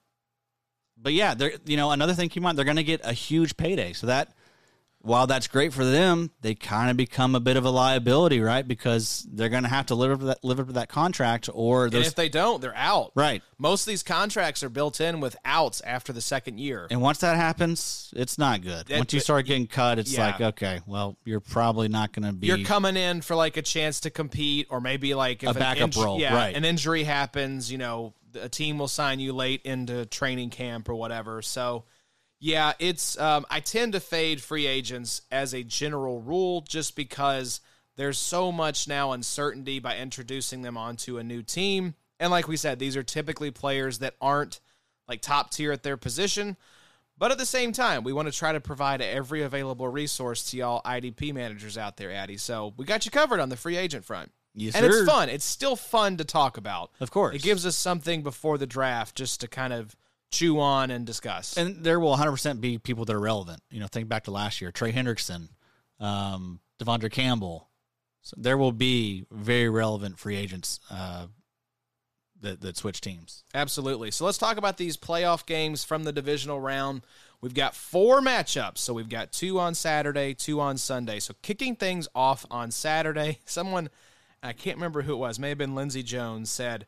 but yeah, they're you know another thing keep in mind they're going to get a huge payday. So that while that's great for them, they kind of become a bit of a liability, right? Because they're going to have to live up to that live up to that contract or
And
those
if they don't, they're out.
right.
Most of these contracts are built in with outs after the second year.
And once that happens, it's not good.
That-
once you start getting cut, it's
Yeah.
like okay, well you're probably not going to be
you're coming in for like a chance to compete or maybe like if
A
an
backup role,
yeah,
right.
an injury happens you know a team will sign you late into training camp or whatever so yeah it's um, i tend to fade free agents as a general rule just because there's so much now uncertainty by introducing them onto a new team and like we said these are typically players that aren't like top tier at their position but at the same time, we want to try to provide every available resource to y'all IDP managers out there, Addy. So we got you covered on the free agent front.
Yes,
and
sir.
it's fun. It's still fun to talk about.
Of course.
It gives us something before the draft just to kind of chew on and discuss.
and there will 100% be people that are relevant. You know, think back to last year, Trey Hendrickson, um, Devondre Campbell. So there will be very relevant free agents uh, that that switch teams.
Absolutely. So let's talk about these playoff games from the divisional round. We've got four matchups. So we've got two on Saturday, two on Sunday. So kicking things off on Saturday, someone, I can't remember who it was, may have been Lindsey Jones, said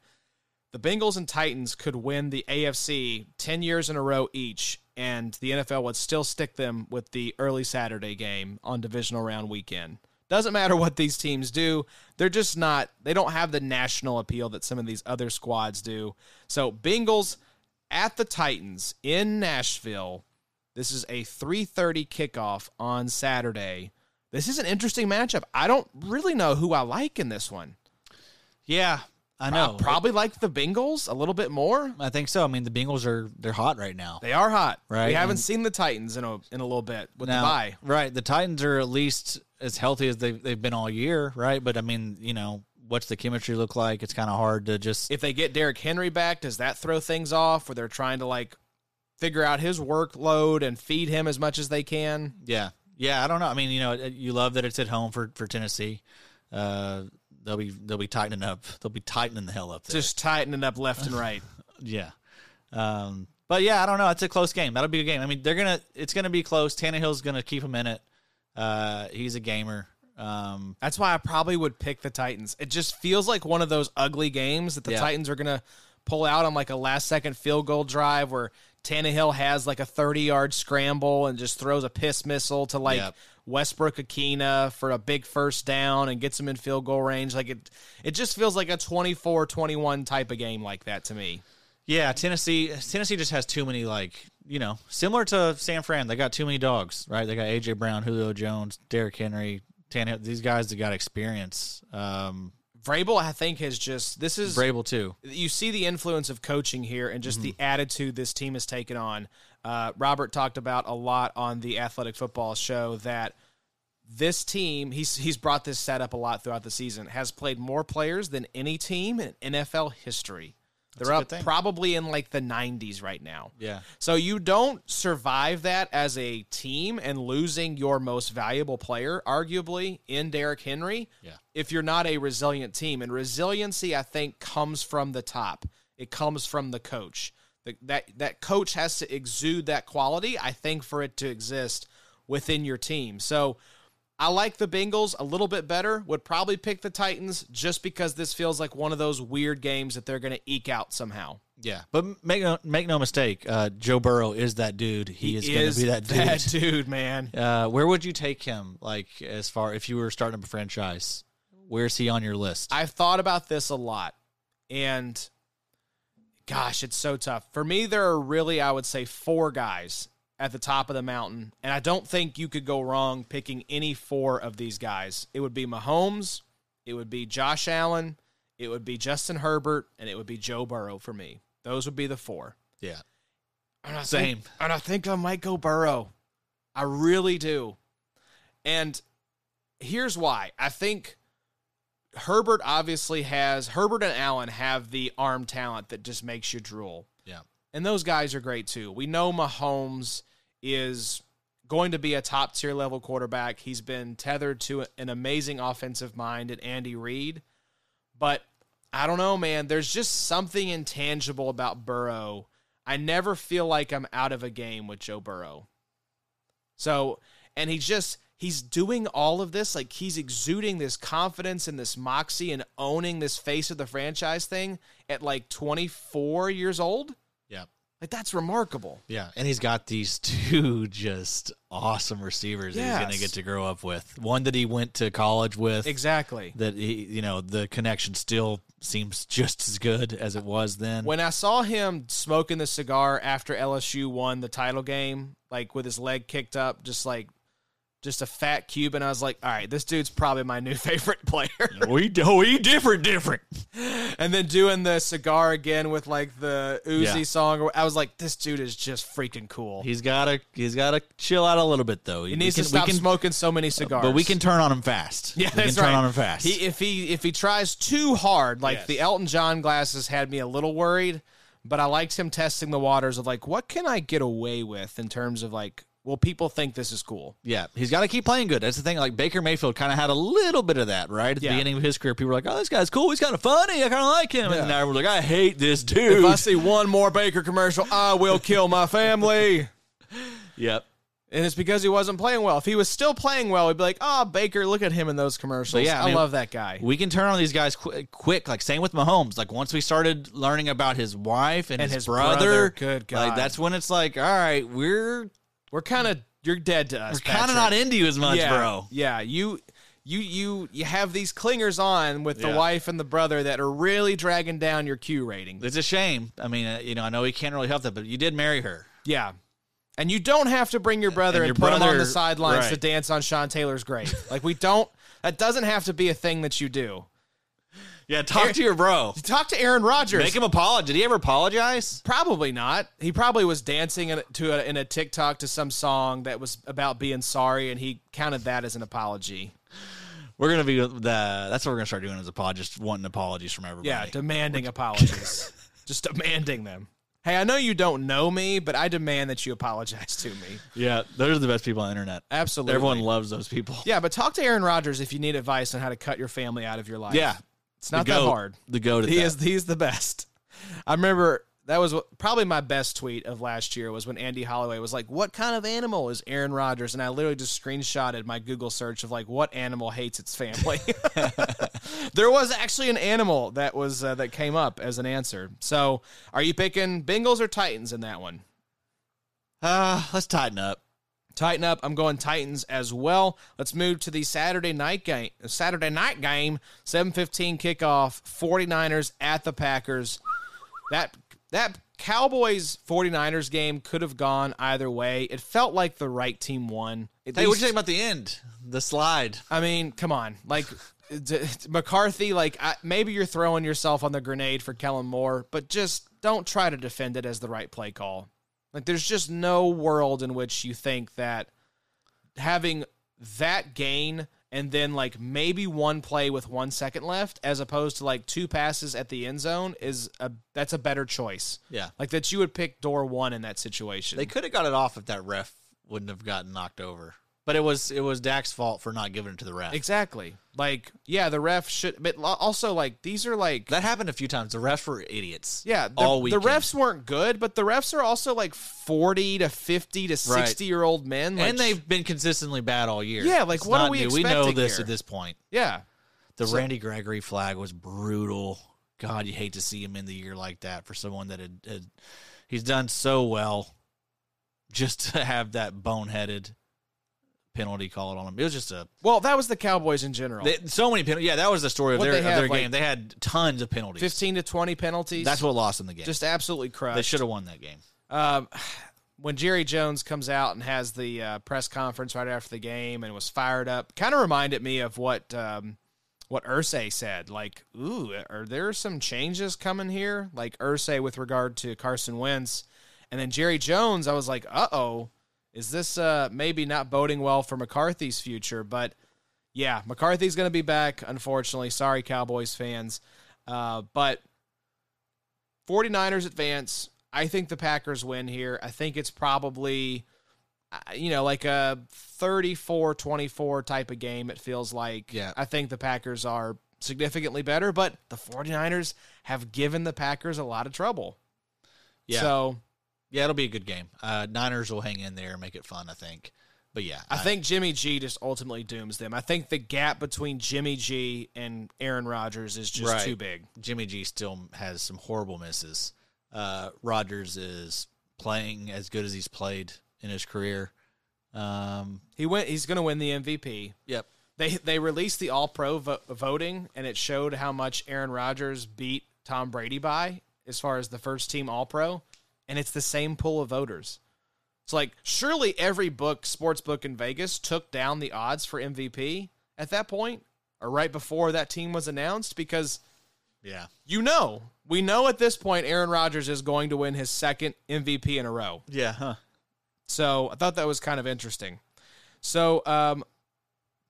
the Bengals and Titans could win the AFC 10 years in a row each, and the NFL would still stick them with the early Saturday game on divisional round weekend. Doesn't matter what these teams do, they're just not, they don't have the national appeal that some of these other squads do. So, Bengals at the Titans in Nashville. This is a 3:30 kickoff on Saturday. This is an interesting matchup. I don't really know who I like in this one.
Yeah, I
I
know.
probably like the Bengals a little bit more.
I think so. I mean, the Bengals are they're hot right now.
They are hot.
Right,
We haven't
and-
seen the Titans in a in a little bit with
Now-
the bye.
right? The Titans are at least as healthy as they've they've been all year, right? But I mean, you know, what's the chemistry look like? It's kind of hard to just
If they get Derrick Henry back, does that throw things off where they're trying to like figure out his workload and feed him as much as they can?
Yeah, yeah. I don't know. I mean, you know, it- you love that it's at home for for Tennessee. Uh, they'll be they'll be tightening up. They'll be tightening the hell up there.
Just tightening up left and right.
yeah. Um, but yeah, I don't know. It's a close game. That'll be a game. I mean, they're gonna. It's gonna be close. Tannehill's gonna keep them in it. Uh, he's a gamer. Um,
That's why I probably would pick the Titans. It just feels like one of those ugly games that the
Yeah.
Titans are gonna pull out on like a last second field goal drive where Tannehill has like a thirty yard scramble and just throws a piss missile to like
Yep.
Westbrook Akina for a big first down and gets him in field goal range. Like it it just feels like a 24-21 type of game like that to me.
Yeah, Tennessee. Tennessee just has too many like you know similar to San Fran. They got too many dogs, right? They got AJ Brown, Julio Jones, Derrick Henry, Tannehill. These guys that got experience. Um,
Vrabel, I think, has just this is
Brable too.
you see the influence of coaching here and just
Mm-hmm.
the attitude this team has taken on. Uh, Robert talked about a lot on the Athletic Football Show that this team, he's he's brought this stat up a lot throughout the season, has played more players than any team in NFL history. They're
a good
up
thing.
probably in like the 90s right now.
Yeah.
So you don't survive that as a team and losing your most valuable player, arguably, in Derrick Henry,
Yeah.
if you're not a resilient team. And resiliency, I think, comes from the top. It comes from the coach. The, that that coach has to exude that quality, I think, for it to exist within your team. So I like the Bengals a little bit better. Would probably pick the Titans just because this feels like one of those weird games that they're going to eke out somehow.
Yeah, but m- make no, make no mistake, uh, Joe Burrow is that dude. He, is, going to be that dude.
that dude, man.
Uh, where would you take him? Like as far if you were starting up a franchise, where's he on your list?
I've thought about this a lot, and gosh, it's so tough. For me, there are really, I would say, four guys at the top of the mountain, and I don't think you could go wrong picking any four of these guys. It would be Mahomes, it would be Josh Allen, it would be Justin Herbert, and it would be Joe Burrow for me. Those would be the four.
yeah,
And I think-
Same.
and I think I might go Burrow. I really do. And here's why. I think Herbert obviously has Herbert and Allen have the arm talent that just makes you drool.
yeah,
And those guys are great too. We know Mahomes is going to be a top tier level quarterback. He's been tethered to an amazing offensive mind in Andy Reid. But I don't know, man. There's just something intangible about Burrow. I never feel like I'm out of a game with Joe Burrow. So, and he just he's doing all of this like he's exuding this confidence and this moxie and owning this face of the franchise thing at like 24 years old.
yeah.
Like that's remarkable.
Yeah, and he's got these two just awesome receivers that he's going
Yes.
to get to grow up with. One that he went to college with,
Exactly.
that he, you know, the connection still seems just as good as it was then.
When I saw him smoking the cigar after LSU won the title game, like with his leg kicked up, just like just a fat Cuban, I was like, all right, this dude's probably my new favorite player.
we do we different, different.
and then doing the cigar again with like the Uzi
Yeah.
song, or- I was like, this dude is just freaking cool. He,
He's got to he's got to chill out a little bit though. He
needs to stop smoking so many cigars.
but we can turn on him fast.
Yeah,
we
that's
can turn
right.
on him fast.
He if he if he tries too hard, like
Yes.
the Elton John glasses had me a little worried, but I liked him testing the waters of like what can I get away with in terms of like will people think this is cool?
yeah, he's got to keep playing good. That's the thing. Like Baker Mayfield kind of had a little bit of that, right? At the
Yeah.
beginning of his career, people were like, "Oh, this guy's cool. He's kind of funny. I kind of like him." And now everyone's like, "I hate this dude."
If I see one more Baker commercial, I will kill my family.
Yep.
And it's because he wasn't playing well. If he was still playing well, we'd be like, "Oh, Baker, look at him in those commercials."
But yeah,
I,
I mean-
love that guy.
We can turn on these guys qu- quick. Like same with Mahomes. Like once we started learning about his wife and,
And
his,
his brother,
brother,
good
like
God.
that's when it's like, all right, we're
We're kind of you're dead to us.
kind
Patrick.
of not into you as much,
yeah,
bro.
Yeah, you you you you have these clingers on with the
Yeah.
wife and the brother that are really dragging down your Q rating.
It's a shame. I mean, uh, you know, I know he can't really help that, but you did marry her.
Yeah. And you don't have to bring your brother and,
your
put him on
brother-
the sidelines to
right.
dance on Sean Taylor's grave. like we don't that doesn't have to be a thing that you do.
Yeah, talk
Aaron-
to your bro.
Talk to Aaron Rodgers.
Make him apologize. Did he ever apologize?
Probably not. He probably was dancing in a, to a, in a TikTok to some song that was about being sorry, and he counted that as an apology.
We're gonna be the. That's what we're gonna start doing as a pod. Just wanting apologies from everybody.
Yeah, demanding apologies. Just demanding them. Hey, I know you don't know me, but I demand that you apologize to me.
yeah. Those are the best people on the internet.
Absolutely.
Everyone loves those people.
Yeah, but talk to Aaron Rodgers if you need advice on how to cut your family out of your life.
yeah.
It's not
the
that
goat.
hard.
The goat. At
He
that.
is he's the best. I remember That was what, probably my best tweet of last year was when Andy Holloway was like, "What kind of animal is Aaron Rodgers?" And I literally just screenshotted my Google search of like, "What animal hates its family?" there was actually an animal that was uh, that came up as an answer. So, are you picking Bengals or Titans in that one?
Uh, let's tighten up.
Tighten up. I'm going Titans as well. Let's move to the Saturday night game. Saturday night game, 7:15 kickoff. 49ers at the Packers. That that Cowboys 49ers game could have gone either way. It felt like the right team won. At
Hey, what
least-
you think about the end? The slide.
I mean, come on, like. d- McCarthy, like I, maybe you're throwing yourself on the grenade for Kellen Moore, but just don't try to defend it as the right play call. Like, there's just no world in which you think that having that gain and then like maybe one play with one second left as opposed to like two passes at the end zone is a that's a better choice
Yeah.
like that you would pick door one in that situation
They could have got it off if that ref wouldn't have gotten knocked over. But it was it was Dak's fault for not giving it to the ref.
exactly like yeah the ref should but lo- also like these are like
That happened a few times. The refs were idiots.
Yeah, the,
all
the
weekend.
refs weren't good, but the refs are also like forty to fifty to
Right.
sixty year old men, like,
and they've been consistently bad all year.
Yeah, like,
It's
what are
not
we
new. We know
expecting
this
here?
at this point.
yeah,
The Randy Gregory flag was brutal. God, you hate to see him in the year like that for someone that had, had he's done so well. Just to have that boneheaded penalty called on him, it was just a
well, that was the Cowboys in general,
they, so many penalties. Yeah, that was the story of
What'd
their,
they have,
of their
like,
game. They had tons of penalties.
fifteen to twenty penalties.
That's what lost them the game.
just absolutely
they
crushed.
should have won that game.
um, when Jerry Jones comes out and has the uh, press conference right after the game and was fired up, kind of reminded me of what um, what Ursay said. Like, ooh, are there some changes coming here? Like Ursay with regard to Carson Wentz, and then Jerry Jones. I was like, uh oh, is this uh, maybe not boding well for McCarthy's future? But yeah, McCarthy's going to be back. Unfortunately, sorry, Cowboys fans, uh, but 49ers advance. I think the Packers win here. I think it's probably, uh, you know, like a 34 24 type of game, it feels like.
Yeah.
I think the Packers are significantly better, but the 49ers have given the Packers a lot of trouble.
Yeah,
So
yeah, it'll be a good game. Uh, Niners will hang in there and make it fun, I think. But yeah,
I think Jimmy G just ultimately dooms them. I think the gap between Jimmy G and Aaron Rodgers is just
Right.
too big.
Jimmy G still has some horrible misses. Uh, Rodgers is playing as good as he's played in his career. Um,
He went. He's going to win the MVP.
yep.
They they released the All Pro vo- voting, and it showed how much Aaron Rodgers beat Tom Brady by as far as the first team All Pro, and it's the same pool of voters. It's like surely every book, sports book in Vegas, took down the odds for MVP at that point, or right before that team was announced, because
Yeah.
you know we know at this point Aaron Rodgers is going to win his second MVP in a row.
Yeah. Huh.
So I thought that was kind of interesting. So um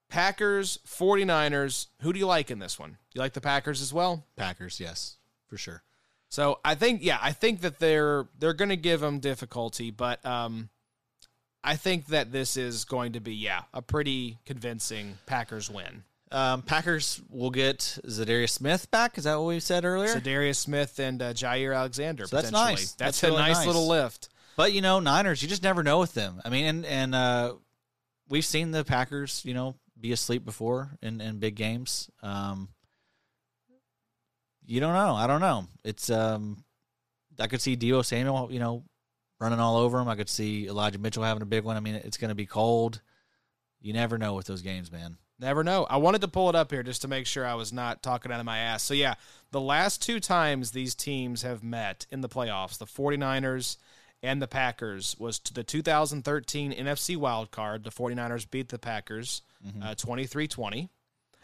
Packers, 49ers, who do you like in this one? You like the Packers as well?
Packers. Yes, for sure.
So I think yeah, I think that they're they're going to give them difficulty, but um I think that this is going to be yeah, a pretty convincing Packers win.
Um, Packers will get Zadarius Smith back. Is that what we said earlier?
So Darius Smith and uh, Jair Alexander
So that's
potentially.
nice.
That's,
That's
a
really
nice,
nice.
little lift.
But you know, Niners, you just never know with them. I mean, and and uh, we've seen the Packers, you know, be asleep before in in big games. Um, you don't know. I don't know. It's um, I could see Dio Samuel, you know, running all over him. I could see Elijah Mitchell having a big one. I mean, it's going to be cold. You never know with those games, man.
Never know. I wanted to pull it up here just to make sure I was not talking out of my ass. So, yeah, the last two times these teams have met in the playoffs, the 49ers and the Packers, was to the 2013 NFC Wild Card. The 49ers beat the Packers 23 20.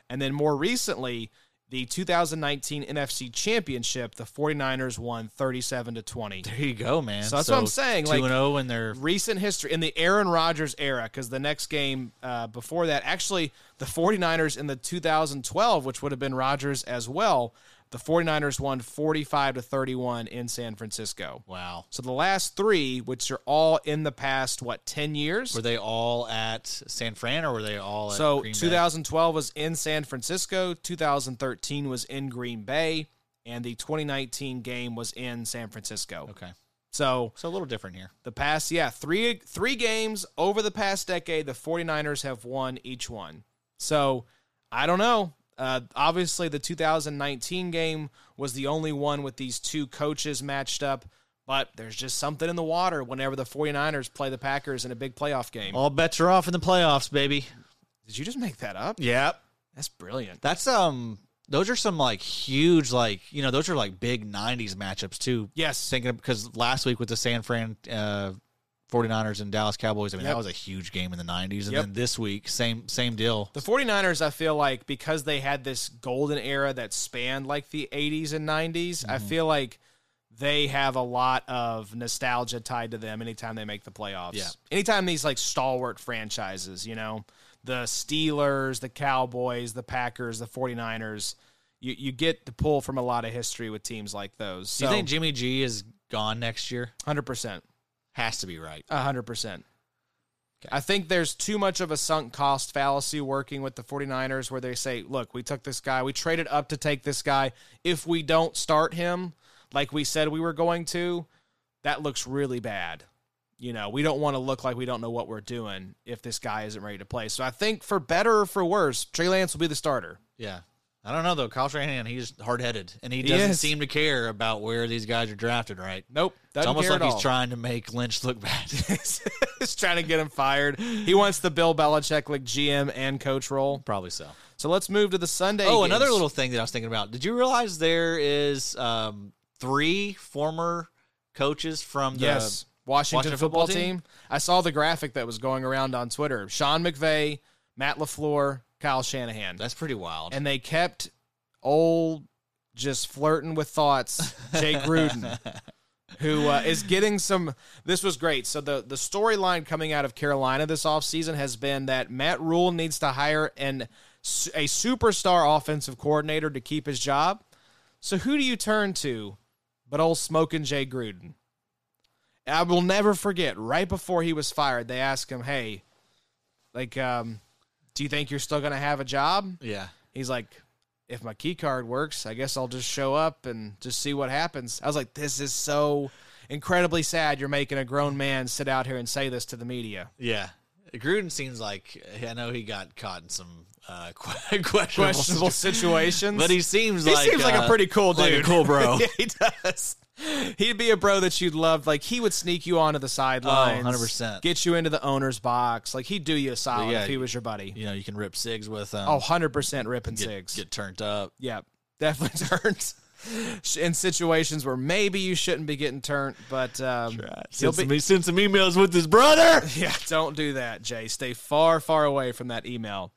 And then more recently, the 2019 NFC Championship, the 49ers won 37 to 20
There you go, man.
So that's what I'm saying,
Two
like-
and zero in their
recent history in the Aaron Rodgers era because the next game uh, before that actually the 49ers in the 2012 which would have been Rodgers as well the 49ers won 45 to 31 in San Francisco
wow.
so the last three which are all in the past what 10 years
Were they all at San Fran or were they all at
so
Green Bay?
2012 was in San Francisco 2013 was in Green Bay and the 2019 game was in San Francisco.
Okay.
So
So a little different here.
the past, yeah, three three games over the past decade, the 49ers have won each one. So I don't know. Uh, obviously, the 2019 game was the only one with these two coaches matched up, but there's just something in the water whenever the 49ers play the Packers in a big playoff game.
All bets are off in the playoffs, baby.
Did you just make that up?
Yep.
That's brilliant.
That's um those are some like huge like you know those are like big 90s matchups too.
Yes.
Thinking of, because last week with the San Fran uh 49ers and Dallas Cowboys, I mean
Yep.
that was a huge game in the 90s and
Yep.
then this week same same deal.
The 49ers, I feel like, because they had this golden era that spanned like the 80s and 90s,
Mm-hmm.
I feel like they have a lot of nostalgia tied to them anytime they make the playoffs.
Yeah.
Anytime these like stalwart franchises, you know, the Steelers, the Cowboys, the Packers, the 49ers, you, you get the pull from a lot of history with teams like those.
Do
So
you think Jimmy G is gone next year?
100%.
Has to be right.
A hundred percent. I think there's too much of a sunk cost fallacy working with the 49ers where they say, look, we took this guy, we traded up to take this guy. If we don't start him like we said we were going to, that looks really bad. You know, we don't want to look like we don't know what we're doing if this guy isn't ready to play. So I think for better or for worse, Trey Lance will be the starter.
Yeah. I don't know though. Kyle Shanahan, he's hard headed and he doesn't
is.
seem to care about where these guys are drafted, right?
Nope.
It's
doesn't
almost
care
like
at
he's
all.
trying to make Lynch look bad.
he's trying to get him fired. He wants the Bill Belichick like GM and coach role.
Probably so.
So let's move to the Sunday.
Oh,
games.
another little thing that I was thinking about. Did you realize there is um, three former coaches from the
Yes. Washington,
uh, Washington
football,
football
team. I saw the graphic that was going around on Twitter. Sean McVay, Matt LaFleur, Kyle Shanahan.
That's pretty wild.
and they kept old just flirting with thoughts, Jay Gruden, who uh, is getting some this was great. So the the storyline coming out of Carolina this offseason has been that Matt Rule needs to hire an su- a superstar offensive coordinator to keep his job. So who do you turn to but old smoking Jay Gruden? And I will never forget. Right before he was fired, they asked him, "Hey, like, um, do you think you're still going to have a job?"
yeah.
He's like, "If my key card works, I guess I'll just show up and just see what happens." I was like, "This is so incredibly sad. You're making a grown man sit out here and say this to the media."
Yeah. Gruden seems like I know he got caught in some uh, que- questionable,
Questionable situations,
but he seems
he
like
seems like a
uh,
pretty cool dude,
like a cool bro.
yeah, he does. He'd be a bro that you'd love. Like he would sneak you
Oh,
onto the sidelines,
100%.
Get you into the owner's box. Like he'd do you a solid
Yeah,
if he was your buddy.
You know, you can rip cigs with him.
Oh, 100% ripping
get,
cigs.
get turned up.
Yeah, definitely turns in situations where maybe you shouldn't be getting turned, but um, he'll
Send,
be.
some, e- send some emails with his brother.
Yeah, don't do that, Jay. Stay far, far away from that email.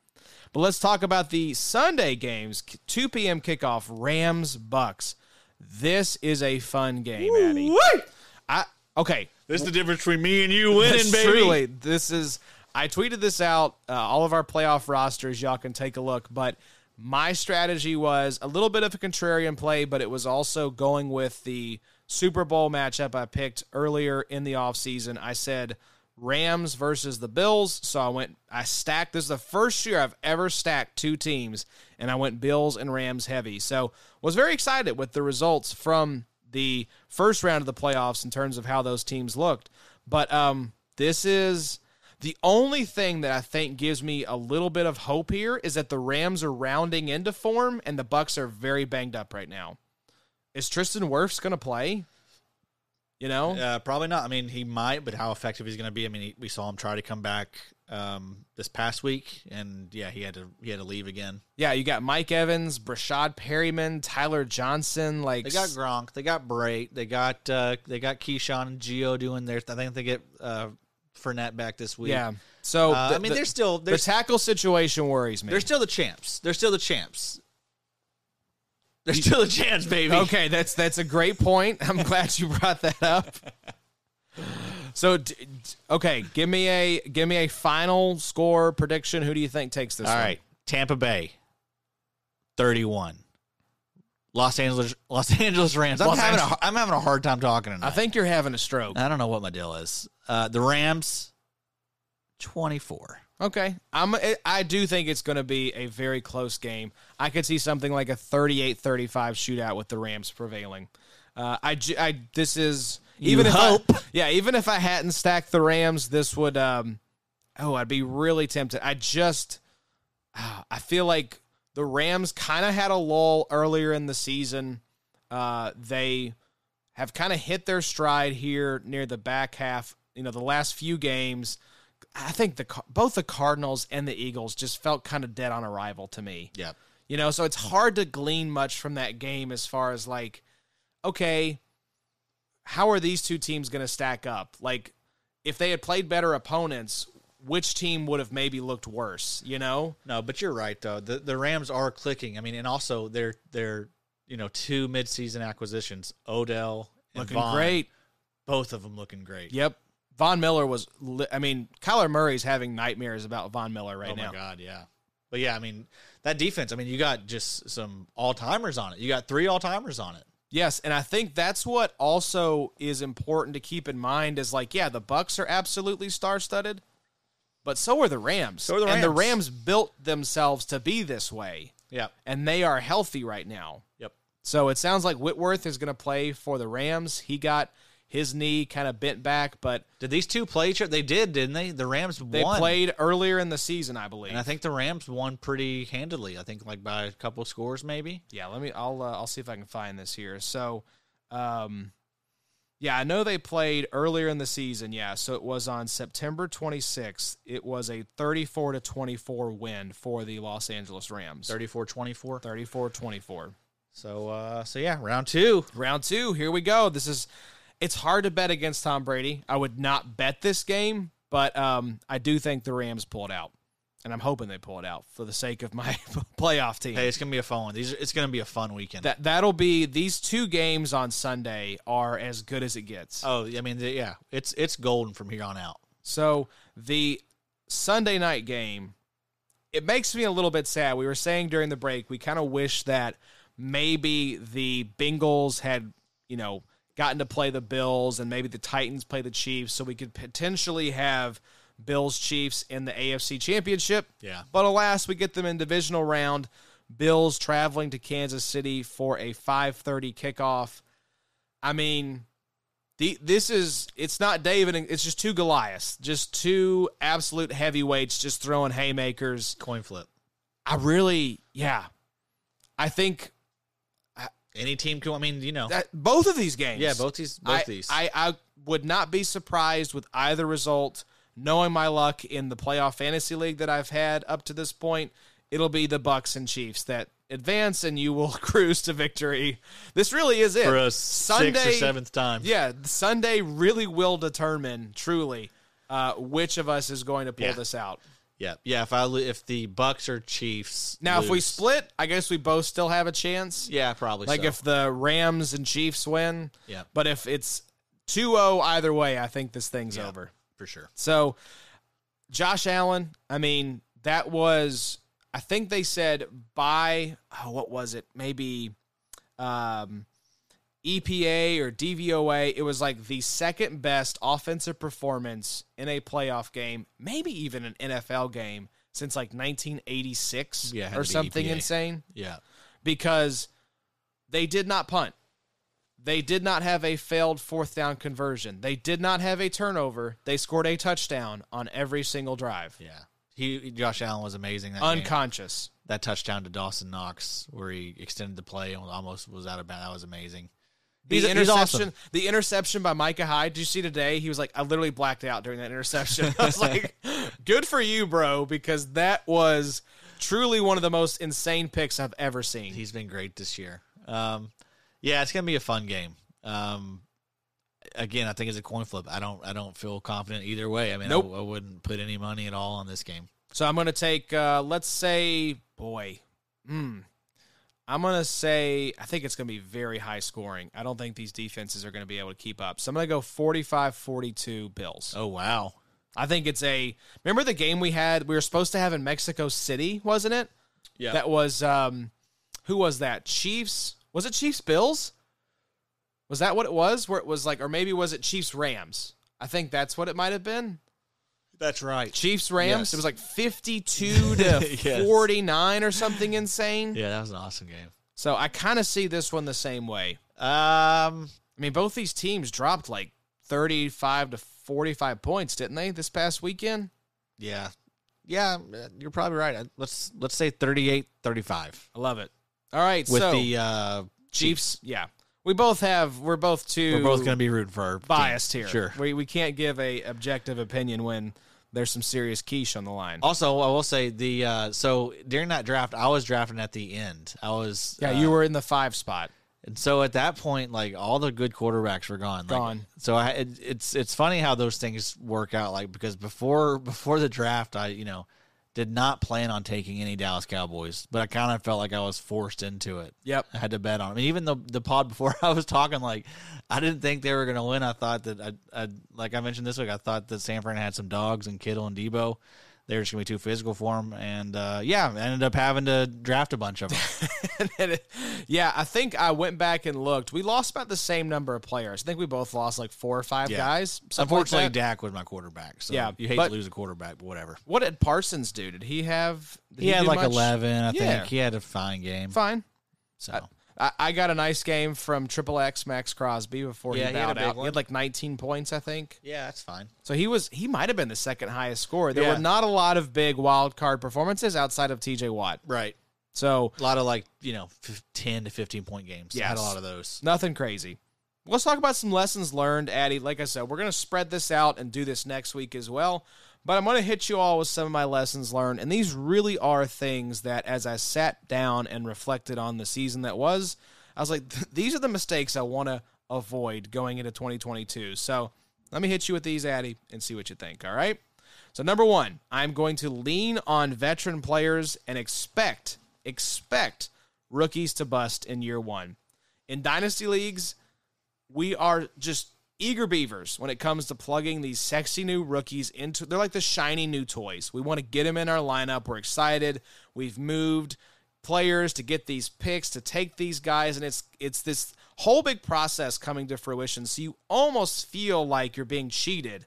But let's talk about the Sunday games. 2 p.m. kickoff, Rams Bucks. This is a fun game, Addy. I okay.
This is the difference between me and you winning,
Yes,
baby.
Truly, this is. I tweeted this out. Uh, all of our playoff rosters, y'all can take a look. But my strategy was a little bit of a contrarian play, but it was also going with the Super Bowl matchup I picked earlier in the offseason. I said Rams versus the Bills. So I went, I stacked. This is the first year I've ever stacked two teams, and I went Bills and Rams heavy. So was very excited with the results from the first round of the playoffs in terms of how those teams looked. But um, this is the only thing that I think gives me a little bit of hope here is that the Rams are rounding into form and the Bucks are very banged up right now. Is Tristan Wirfs going to play? You know,
Uh, probably not. I mean, he might, but how effective he's going to be? I mean, he, we saw him try to come back um, this past week, and yeah, he had to he had to leave again.
yeah, you got Mike Evans, Brashad Perryman, Tyler Johnson. Like,
They got Gronk, they got Bray, they got uh, they got Keyshawn and Geo doing their. I think they get uh, Fournette back this week.
yeah. So
Uh, I mean,
the,
they're still
the
they're,
tackle situation worries me.
they're still the champs. They're still the champs. They're still the champs, baby.
Okay, that's that's a great point. I'm glad you brought that up. So, d- d- okay, give me a give me a final score prediction. Who do you think takes this?
All
one?
right, Tampa Bay, thirty-one. Los Angeles, Los Angeles Rams. I'm
Los
having
Angeles-
a, I'm having a hard time talking tonight.
I think you're having a stroke.
I don't know what my deal is. Uh, the Rams, 24.
Okay. I'm I- I do think it's going to be a very close game. I could see something like a 38-35 shootout with the Rams prevailing. Uh, I ju- I this is even if I-
hope.
yeah, even if I hadn't stacked the Rams, this would um oh, I'd be really tempted. I just ah, I feel like the Rams kind of had a lull earlier in the season. Uh they have kind of hit their stride here near the back half, you know, the last few games. I think the Car- both the Cardinals and the Eagles just felt kind of dead on arrival to me.
Yeah.
You know, so it's hard to glean much from that game as far as like, okay, how are these two teams going to stack up? Like, if they had played better opponents, which team would have maybe looked worse? You know,
No, but you're right though. The the Rams are clicking. I mean, and also they're they're you know two midseason acquisitions, Odell and
looking
Vaughn,
great.
Both of them looking great.
Yep, Von Miller was. Li- I mean, Kyler Murray's having nightmares about Von Miller right
oh
now.
my god, yeah. But yeah, I mean that defense. I mean, you got just some all timers on it. You got three all timers on it.
Yes, and I think that's what also is important to keep in mind is like, yeah, the Bucks are absolutely star studded, but so are the Rams.
So are the
And the Rams
Rams.
built themselves to be this way,
Yeah.
and they are healthy right now.
Yep.
So it sounds like Whitworth is going to play for the Rams. He got his knee kind of bent back, but
Did these two play each other? They did, didn't they? The Rams
they
won.
played earlier in the season, I believe.
and I think the Rams won pretty handily. I think like by a couple scores, maybe.
Yeah, let me. I'll uh, I'll see if I can find this here. So, um, yeah, I know they played earlier in the season. Yeah, so it was on September 26th. It was a 34 to 24 win for the Los Angeles Rams.
34-24.
34 24.
So uh so yeah, round two.
Round two. Here we go. This is. It's hard to bet against Tom Brady. I would not bet this game, but um, I do think the Rams pull it out, and I'm hoping they pull it out for the sake of my playoff team.
Hey, it's gonna be a fun one. These are, it's gonna be a fun weekend.
That that'll be these two games on Sunday are as good as it gets.
Oh, I mean, the, yeah, it's it's golden from here on out.
So the Sunday night game, it makes me a little bit sad. We were saying during the break, we kind of wish that maybe the Bengals had, you know, gotten to play the Bills and maybe the Titans play the Chiefs so we could potentially have Bills Chiefs in the AFC Championship.
Yeah.
But alas, we get them in divisional round. Bills traveling to Kansas City for a 5:30 kickoff. I mean, the, this is it's not David and it's just two Goliaths, just two absolute heavyweights just throwing haymakers.
Coin flip.
I really, yeah, I think
Any team can. I mean, you know,
that both of these games,
yeah, both these, both
I,
these.
I I would not be surprised with either result. Knowing my luck in the playoff fantasy league that I've had up to this point, it'll be the Bucks and Chiefs that advance, and you will cruise to victory. This really is it
for a sixth or seventh time.
Yeah, Sunday really will determine truly uh, which of us is going to pull
Yeah.
this out.
yeah, yeah. If I lo- if the Bucks or Chiefs
Now, if we
lose-
split, I guess we both still have a chance.
yeah, probably
like
so.
if the Rams and Chiefs win.
Yeah.
But if it's 2-0 either way, I think this thing's
Yeah,
over.
for sure.
So, Josh Allen, I mean, that was I think they said by oh, what was it? Maybe um EPA or DVOA, it was like the second best offensive performance in a playoff game, maybe even an NFL game since like 1986
Yeah, it had to
or
be E
something
EPA.
insane
Yeah,
because they did not punt. They did not have a failed fourth down conversion. They did not have a turnover. They scored a touchdown on every single drive.
yeah. He Josh Allen was amazing. That game.
Unconscious.
that touchdown to Dawson Knox where he extended the play and almost was out of bounds. That was amazing.
The
He's- he's
interception,
awesome.
the interception by Micah Hyde. Did you see today? He was like, I literally blacked out during that interception. I was like, good for you, bro, because that was truly one of the most insane picks I've ever seen.
He's been great this year. Um, yeah, it's gonna be a fun game. Um, again, I think it's a coin flip. I don't, I don't feel confident either way. I mean, I-
Nope.
I, wouldn't put any money at all on this game.
So I'm going to take, uh, let's say, boy, mm, I'm going to say, I think it's going to be very high scoring. I don't think these defenses are going to be able to keep up. So I'm going to go 45 42 Bills.
Oh wow,
I think it's a, remember the game we had, we were supposed to have in Mexico City, wasn't it?
yeah,
That was, um, who was that? Chiefs? Was it Chiefs Bills? Was that what it was? Where it was like, or maybe was it Chiefs Rams? I think that's what it might have been.
That's right.
Chiefs Rams.
Yes.
It was like 52 to
Yes.
49 or something insane.
Yeah, that was an awesome game.
So I kind of see this one the same way.
Um,
I mean, both these teams dropped like 35 to 45 points, didn't they, this past weekend?
yeah, yeah, you're probably right. I- Let's let's say 38-35
I love it. All right,
with
so
the uh,
Chiefs, yeah. We both have we're both too
We're both going to be rooting for our team.
biased here.
Sure.
We we can't give a objective opinion when there's some serious quiche on the line.
Also, I will say the uh, so during that draft, I was drafting at the end. I was
yeah,
uh,
you were in the 5 spot.
And so at that point, like all the good quarterbacks were gone. Like,
Gone.
So I, it, it's it's funny how those things work out. Like because before before the draft, I you know did not plan on taking any Dallas Cowboys, but I kind of felt like I was forced into it.
Yep.
I had to bet on. them. And even the the pod before I was talking, like I didn't think they were going to win. I thought that I, I like I mentioned this week, I thought that San Fran had some dogs and Kittle and Debo. They were just going to be too physical for them, and uh, yeah, I ended up having to draft a bunch of them.
And it- yeah, I think I went back and looked. We lost about the same number of players. I think we both lost like four or five
Yeah.
guys. something like
Unfortunately,
that.
Dak was my quarterback. So
Yeah,
you hate
but-
to lose a quarterback, but whatever.
what did Parsons do? Did he have? Did
He, had
do
like
much?
eleven, I
Yeah.
think. He had a fine game.
Fine.
So
I, I got a nice game from Triple X Max Crosby before
Yeah,
he
he had a
bowed
big
out. He
one.
had like 19 points, I think.
yeah, that's fine.
So he was he might have been the second highest scorer. There
Yeah.
were not a lot of big wild card performances outside of T.J. Watt.
Right.
So
A lot of like you know fif- ten to fifteen point games. Yeah, had
Yes.
a lot of those.
Nothing crazy. Let's talk about some lessons learned, Addy. Like I said, we're going to spread this out and do this next week as well. But I'm going to hit you all with some of my lessons learned. And these really are things that, as I sat down and reflected on the season that was, I was like, these are the mistakes I want to avoid going into 2022. So let me hit you with these, Addy, and see what you think. All right. So, number one, I'm going to lean on veteran players and expect, expect rookies to bust in year one in dynasty leagues, we are just eager beavers when it comes to plugging these sexy new rookies into they're like the shiny new toys. We want to get them in our lineup. We're excited. We've moved players to get these picks to take these guys and it's it's this whole big process coming to fruition. So you almost feel like you're being cheated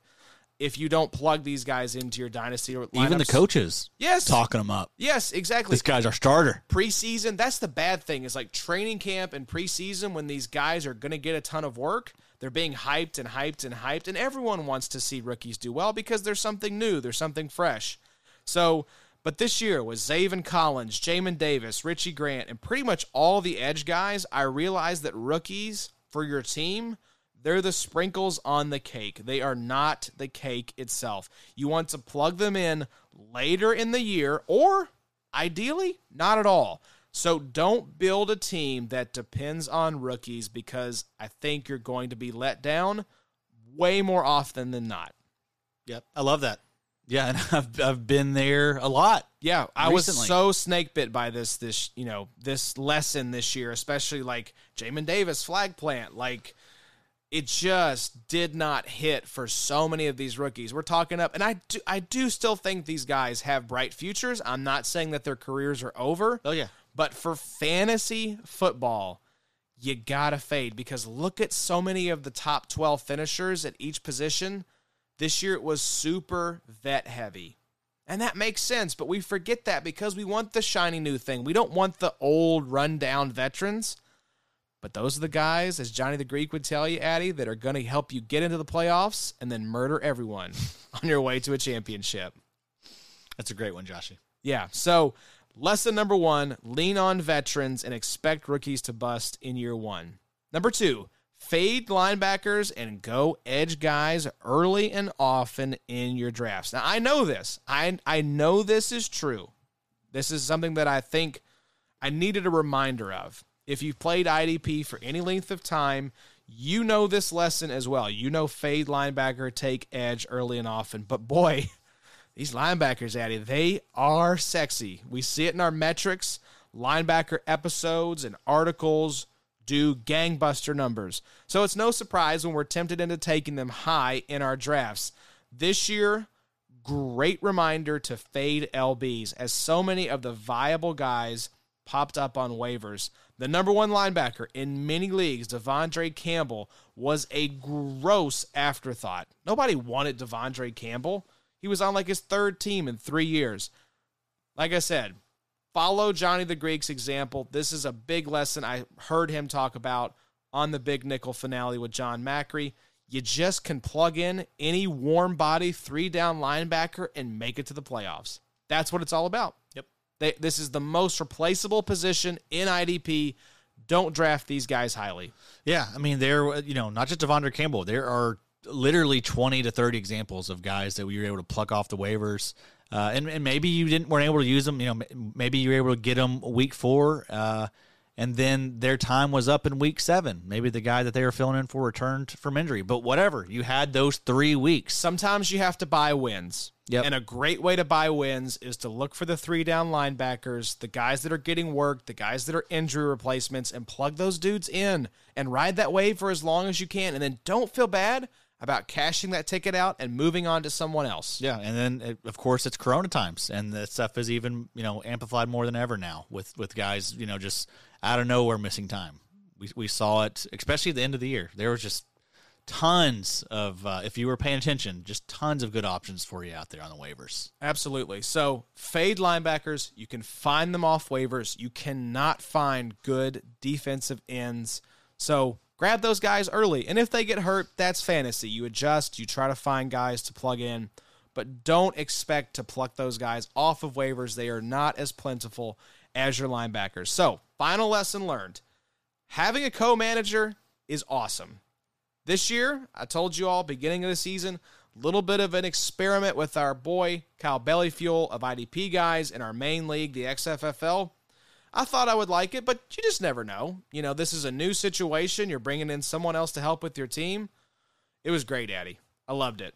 if you don't plug these guys into your dynasty or
Even the
lineups.
coaches.
Yes.
talking them up.
Yes, exactly
This guy's our starter.
preseason. That's the bad thing is like training camp and preseason when these guys are going to get a ton of work. They're being hyped and hyped and hyped, and everyone wants to see rookies do well because there's something new, there's something fresh. So, but this year with Zaven Collins, Jamin Davis, Richie Grant, and pretty much all the edge guys, I realized that rookies for your team they're the sprinkles on the cake. They are not the cake itself. You want to plug them in later in the year or ideally not at all. So don't build a team that depends on rookies because I think you're going to be let down way more often than not.
Yep, I love that. Yeah, and I've I've been there a lot.
Yeah, I was
Recently.
so snake bit by this this you know this lesson this year, especially like Jamin Davis flag plant. Like it just did not hit for so many of these rookies. We're talking up, and I do I do still think these guys have bright futures. I'm not saying that their careers are over.
Oh yeah,
But for fantasy football, you gotta fade because look at so many of the top 12 finishers at each position. This year it was super vet heavy. And that makes sense, but we forget that because we want the shiny new thing. We don't want the old rundown veterans. But those are the guys, as Johnny the Greek would tell you, Addy, that are going to help you get into the playoffs and then murder everyone on your way to a championship.
that's a great one, Joshy.
Yeah. So, lesson number one lean on veterans and expect rookies to bust in year one. Number two, fade linebackers and go edge guys early and often in your drafts. Now, I know this. I, I know this is true. This is something that I think I needed a reminder of. If you've played IDP for any length of time, you know this lesson as well. You know fade linebacker, take edge early and often. But boy, these linebackers, Addy, they are sexy. We see it in our metrics, linebacker episodes and articles do gangbuster numbers. So it's no surprise when we're tempted into taking them high in our drafts. This year, great reminder to fade LBs as so many of the viable guys popped up on waivers. The number one linebacker in many leagues, Devondre Campbell, was a gross afterthought. Nobody wanted Devondre Campbell. He was on like his third team in three years. Like I said, follow Johnny the Greek's example. This is a big lesson I heard him talk about on the Big Nickel finale with John Macri. You just can plug in any warm body three down linebacker and make it to the playoffs. That's what it's all about.
Yep.
They, this is the most replaceable position in IDP. Don't draft these guys highly.
Yeah, I mean, there, uh, you know, not just Devondre Campbell. There are literally twenty to thirty examples of guys that we were able to pluck off the waivers, uh, and and maybe you didn't weren't able to use them. You know, m- maybe you were able to get them week four, uh, and then their time was up in week seven. Maybe the guy that they were filling in for returned from injury, but whatever. You had those three weeks.
Sometimes you have to buy wins.
Yep.
And a great way to buy wins is to look for the three down linebackers, the guys that are getting work, the guys that are injury replacements, and plug those dudes in and ride that wave for as long as you can. And then don't feel bad about cashing that ticket out and moving on to someone else.
Yeah, and then it, of course it's Corona times, and that stuff is even you know amplified more than ever now with with guys you know just out of nowhere missing time. We we saw it especially at the end of the year. There was just tons of uh, if you were paying attention, just tons of good options for you out there on the waivers.
Absolutely. So fade linebackers, you can find them off waivers. You cannot find good defensive ends. So grab those guys early. And if they get hurt, that's fantasy. You adjust, you try to find guys to plug in, but don't expect to pluck those guys off of waivers. They are not as plentiful as your linebackers. So, final lesson learned having a co manager is awesome. This year, I told you all beginning of the season, little bit of an experiment with our boy Kyle Bellyfuel of IDP guys in our main league, the XFFL. I thought I would like it, but you just never know. You know, this is a new situation. You're bringing in someone else to help with your team. It was great, Daddy. I loved it.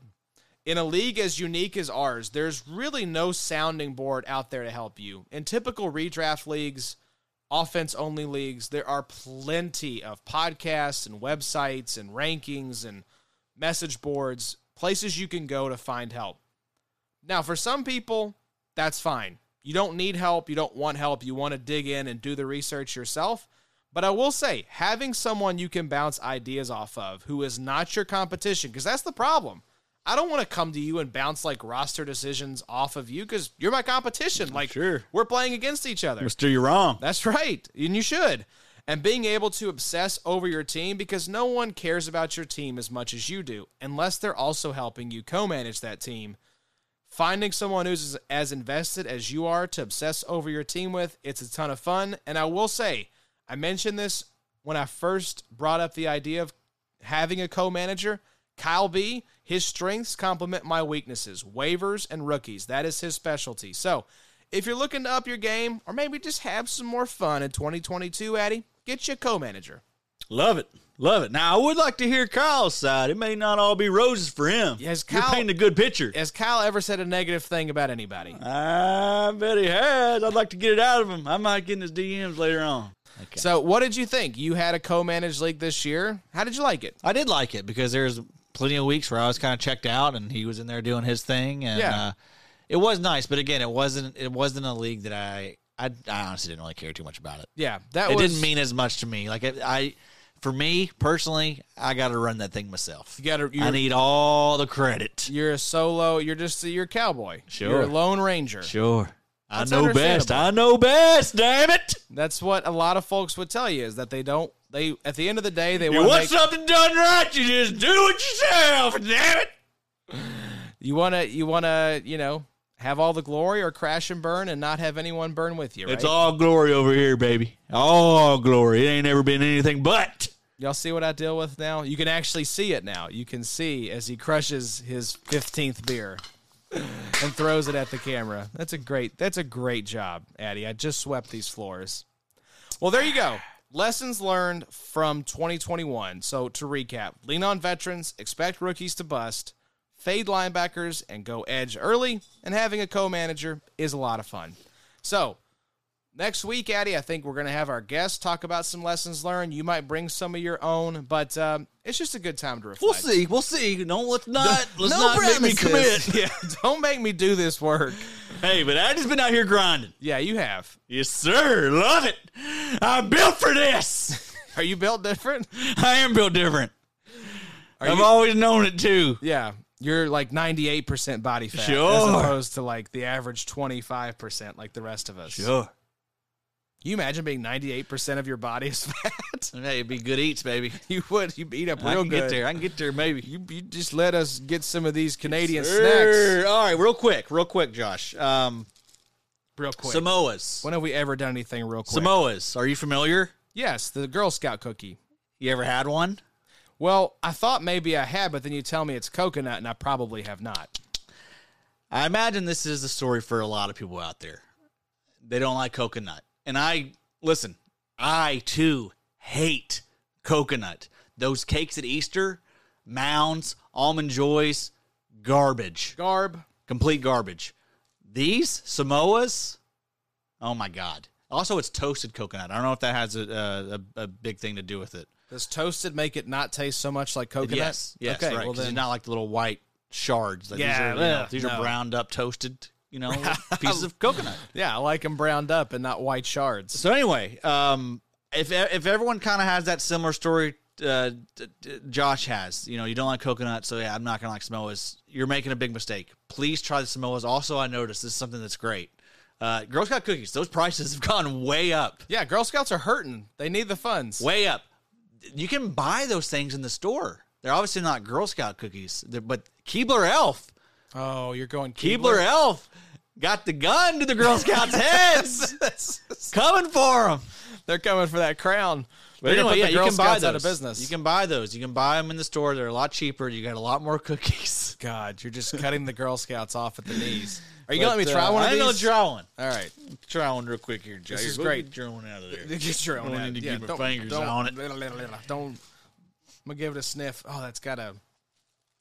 In a league as unique as ours, there's really no sounding board out there to help you. In typical redraft leagues, offense only leagues, there are plenty of podcasts and websites and rankings and message boards, places you can go to find help. Now, for some people, that's fine. You don't need help, you don't want help, you want to dig in and do the research yourself. But I will say, having someone you can bounce ideas off of who is not your competition, because that's the problem. I don't want to come to you and bounce like roster decisions off of you because you're my competition. Like,
Sure.
we're playing against each other.
Mister, you're wrong.
That's right. And you should. And being able to obsess over your team because no one cares about your team as much as you do, unless they're also helping you co manage that team. Finding someone who's as- as invested as you are to obsess over your team with, it's a ton of fun. And I will say, I mentioned this when I first brought up the idea of having a co manager. Kyle B, his strengths complement my weaknesses, waivers and rookies. That is his specialty. So if you're looking to up your game or maybe just have some more fun in 2022, Addy, get you a co manager.
Love it, love it. Now I would like to hear Kyle's side. It may not all be roses for him.
Yes,
you're
Kyle-
painting a good picture.
Has Kyle ever said a negative thing about anybody?
I bet he has. I'd like to get it out of him. I might get in his DMs later on. Okay.
So what did you think? You had a co managed league this year. How did you like it?
I did like it because there's plenty of weeks where I was kind of checked out and he was in there doing his thing and
Yeah.
uh, it was nice, but again, it wasn't it wasn't a league that I I, I honestly didn't really care too much about it.
Yeah, that
it
was
didn't mean as much to me. Like it, I for me personally, I got to run that thing myself.
You gotta-
I
you're-
need all the credit.
you're a solo. You're just you're a cowboy.
Sure.
you're a lone ranger.
Sure. I
That's
know best.
understandable.
I know best. Damn it!
That's what a lot of folks would tell you is that they don't. They at the end of the day they
You
want
want
make,
something done right? You just do it yourself. Damn it!
you want to you want to you know have all the glory or crash and burn and not have anyone burn with you. Right?
It's all glory over here, baby. All glory. It ain't ever been anything but.
Y'all see what I deal with now? You can actually see it now. You can see as he crushes his 15th beer and throws it at the camera. That's a great that's a great job, Addy. I just swept these floors. Well, there you go. Lessons learned from 2021. So to recap, lean on veterans, expect rookies to bust, fade linebackers and go edge early, and having a co-manager is a lot of fun. So, next week, Addy, I think we're going to have our guests talk about some lessons learned. You might bring some of your own, but um, it's just a good time to reflect.
We'll see. We'll see. No, let's not. Let's
no
not make me
promises.
commit.
Yeah, don't make me do this work.
Hey, but I just been out here grinding.
Yeah, you have.
Yes, sir. Love it. I'm built for this.
Are you built different?
I am built different.
Are
I've
you-
always known it too.
Yeah, you're like 98% body fat as
Sure.
opposed to like the average 25% like the rest of us.
Sure.
You imagine being 98% of your body is fat?
Hey, it'd be good eats, baby.
you would. You eat up real
I can
good.
get there. I can get there, maybe.
You, you just let us get some of these Canadian
Err.
snacks
All right, real quick, real quick, Josh. Um,
real quick.
Samoas.
when have we ever done anything real quick?
Samoas. Are you familiar?
Yes, the Girl Scout cookie.
You ever had one?
Well, I thought maybe I had, but then you tell me it's coconut, and I probably have not.
I imagine this is the story for a lot of people out there. They don't like coconut. And I, listen, I too hate coconut. Those cakes at Easter, mounds, almond joys, garbage,
Garb.
complete garbage. These Samoas, oh my God. Also, it's toasted coconut. I don't know if that has a, a, a big thing to do with it.
Does toasted make it not taste so much like coconut?
Yes, yes,
Okay,
right.
well
'cause it's
then,
not like the little white shards. Like
Yeah,
these are, you know,
ugh,
these
no.
are browned up, toasted, you know, pieces of coconut.
yeah, I like them browned up and not white shards.
So anyway, um, if if everyone kind of has that similar story, uh, d- d- Josh has, you know, you don't like coconut, so yeah, I'm not gonna like Samoas. You're making a big mistake. Please try the Samoas. Also, I noticed this is something that's great. Uh, Girl Scout cookies; those prices have gone way up,
Yeah, Girl Scouts are hurting. They need the funds.
way up. You can buy those things in the store. They're obviously not Girl Scout cookies, they're- but Keebler Elf.
Oh, you're going Keebler.
Keebler Elf got the gun to the Girl Scouts' heads. Coming for them.
They're coming for that crown.
But
They're gonna
anyway,
put
yeah,
the
you
Girl
can buy
Scouts
those.
out of business.
You can buy those. You can buy them in the store. They're a lot cheaper. You got a lot more cookies.
God, you're just cutting the Girl Scouts off at the knees. Are you
But,
gonna let me try
uh,
one of
I know
these?
try one.
All right,
Try one real quick here, Jay.
This is
Go
great.
Get your own out of there.
get your
I
own.
don't
out.
need to
yeah,
get my
don't-
fingers
don't-
on it.
Don't. I'm gonna give it a sniff. Oh, that's got a.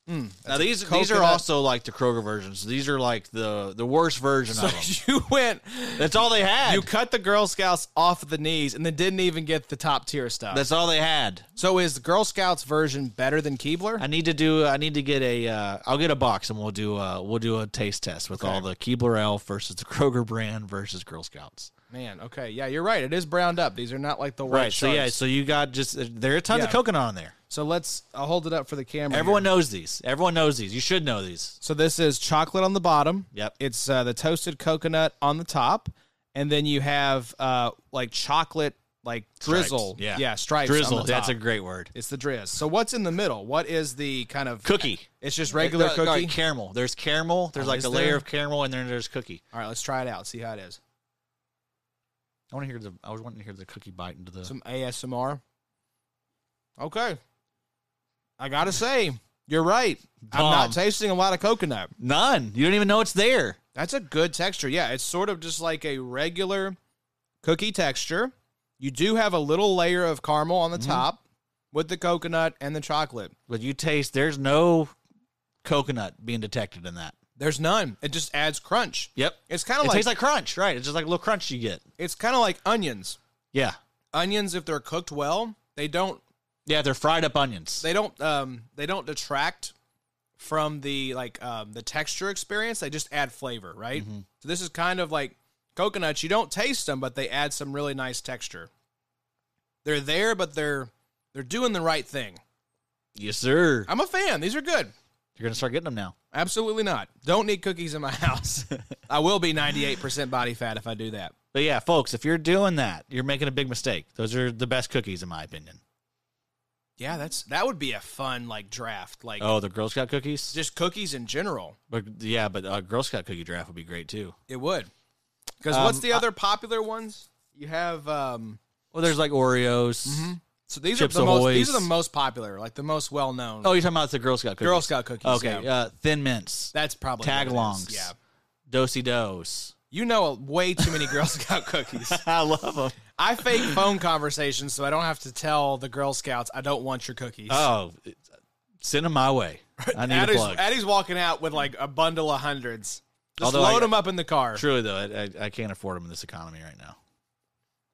Now these these
coconut.
are also like the Kroger versions. These are like the the worst version of them.
you went.
That's all they had.
You cut the Girl Scouts off the knees and then didn't even get the top tier stuff.
That's all they had.
so is the Girl Scouts version better than Keebler?
I need to do. I need to get a. Uh, I'll get a box and we'll do. Uh, we'll do a taste test with all the Keebler Elf versus the Kroger brand versus Girl Scouts.
Man, okay, yeah, you're right. It is browned up. These are not like the white
Right. So yeah.
sharks.
So you got just there are tons
Yeah.
of coconut on there.
So let's. I'll hold it up for the camera.
Everyone
here.
knows these. Everyone knows these. You should know these.
So this is chocolate on the bottom.
Yep.
It's uh, the toasted coconut on the top, and then you have uh, like chocolate like
Stripes.
drizzle.
Yeah.
yeah, stripes. on
Drizzle.
the
That's a
top.
great word.
It's the drizz. So what's in the middle? What is the kind of
Cookie.
It's just regular
Uh, uh,
cookie.
all right, caramel. There's caramel. There's
Oh,
like
is
a
there?
layer of caramel, and then there's cookie.
All right, let's try it out. See how it is.
I want to hear the. I was wanting to hear the cookie bite into the.
Some ASMR. Okay. I gotta say, you're right. I'm not
Tom.
tasting a lot of coconut.
None. You don't even know it's there.
That's a good texture. Yeah, it's sort of just like a regular cookie texture. You do have a little layer of caramel on the
Mm-hmm.
top with the coconut and the chocolate.
But you taste. There's no coconut being detected in that.
There's none. It just adds crunch.
Yep.
It's kind of
it
like,
tastes like crunch, right? It's just like a little crunch you get.
it's kind of like onions.
Yeah.
Onions if they're cooked well, they don't
Yeah, they're fried up onions.
they don't um they don't detract from the like um the texture experience. They just add flavor, right?
Mm-hmm.
So this is kind of like coconuts. You don't taste them, but they add some really nice texture. They're there, but they're they're doing the right thing.
yes, sir.
I'm a fan. These are good.
You're gonna start getting them now.
Absolutely not. Don't need cookies in my house. I will be 98% body fat if I do that.
But yeah, folks, if you're doing that, you're making a big mistake. Those are the best cookies, in my opinion.
Yeah, that's that would be a fun like draft, like
Oh, the Girl Scout cookies.
just cookies in general.
But yeah, but uh, Girl Scout cookie draft would be great too.
It would. Because
Um,
what's the
I-
other popular ones? You have um
Well, there's like Oreos.
So these
Chips
are the most.
Ahoys.
These are the most popular, like the most well known.
Oh, you're talking about the Girl Scout cookies.
Girl Scout cookies,
Okay,
yeah.
uh, Thin Mints,
that's probably what it is.
Tagalongs,
Yeah,
Dosey Dos.
you know way too many Girl Scout cookies.
I love them.
I fake phone conversations so I don't have to tell the Girl Scouts I don't want your cookies.
Oh, it's- send them my way. I need a
Addie's,
plug.
Addie's walking out with like a bundle of hundreds. Just
Although
load
I-
them up in the car.
Truly though, I, I, I can't afford them in this economy right now.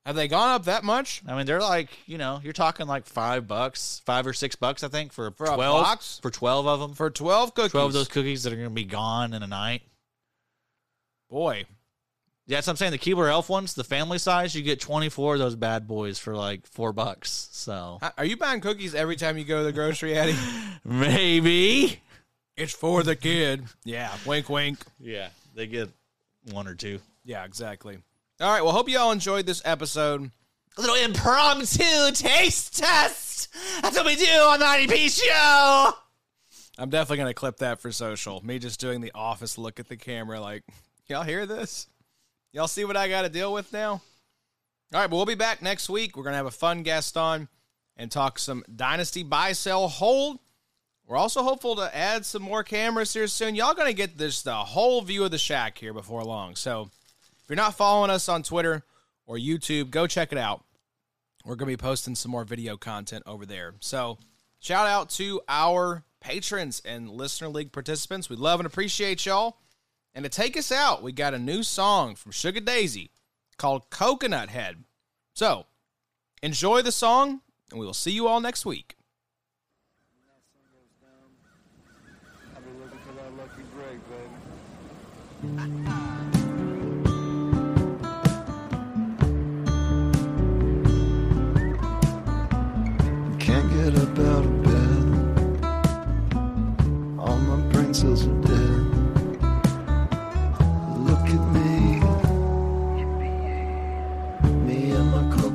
Have they gone up that much?
I mean, they're like you know, you're talking like five bucks, five or six bucks, I think, for,
a
twelve
box?
for twelve of them.
For twelve cookies.
twelve of those cookies that are going to be gone in a night.
Boy,
Yeah, that's what I'm saying. The Keebler Elf ones, the family size, you get 24 of those bad boys for like four bucks. So
are you buying cookies every time you go to the grocery, Addie?
maybe
It's for the kid. Yeah, wink, wink.
Yeah, they get one or two.
Yeah, exactly. All right. Well, hope you all enjoyed this episode.
A little impromptu taste test. That's what we do on the IDP show.
I'm definitely gonna clip that for social. Me just doing the office look at the camera, like, y'all hear this? Y'all see what I got to deal with now? All right, but we'll be back next week. We're gonna have a fun guest on and talk some dynasty buy, sell, hold. We're also hopeful to add some more cameras here soon. Y'all gonna get this the whole view of the shack here before long. So if you're not following us on Twitter or YouTube, go check it out. We're going to be posting some more video content over there. So, shout out to our patrons and listener league participants. We love and appreciate y'all. And to take us out, we got a new song from Sugar Daisy called Coconut Head. So, enjoy the song, and we will see you all next week.
I've been looking for that lucky break, baby. Can't get up out of bed. All my brain cells are dead. Look at me. Me and my cold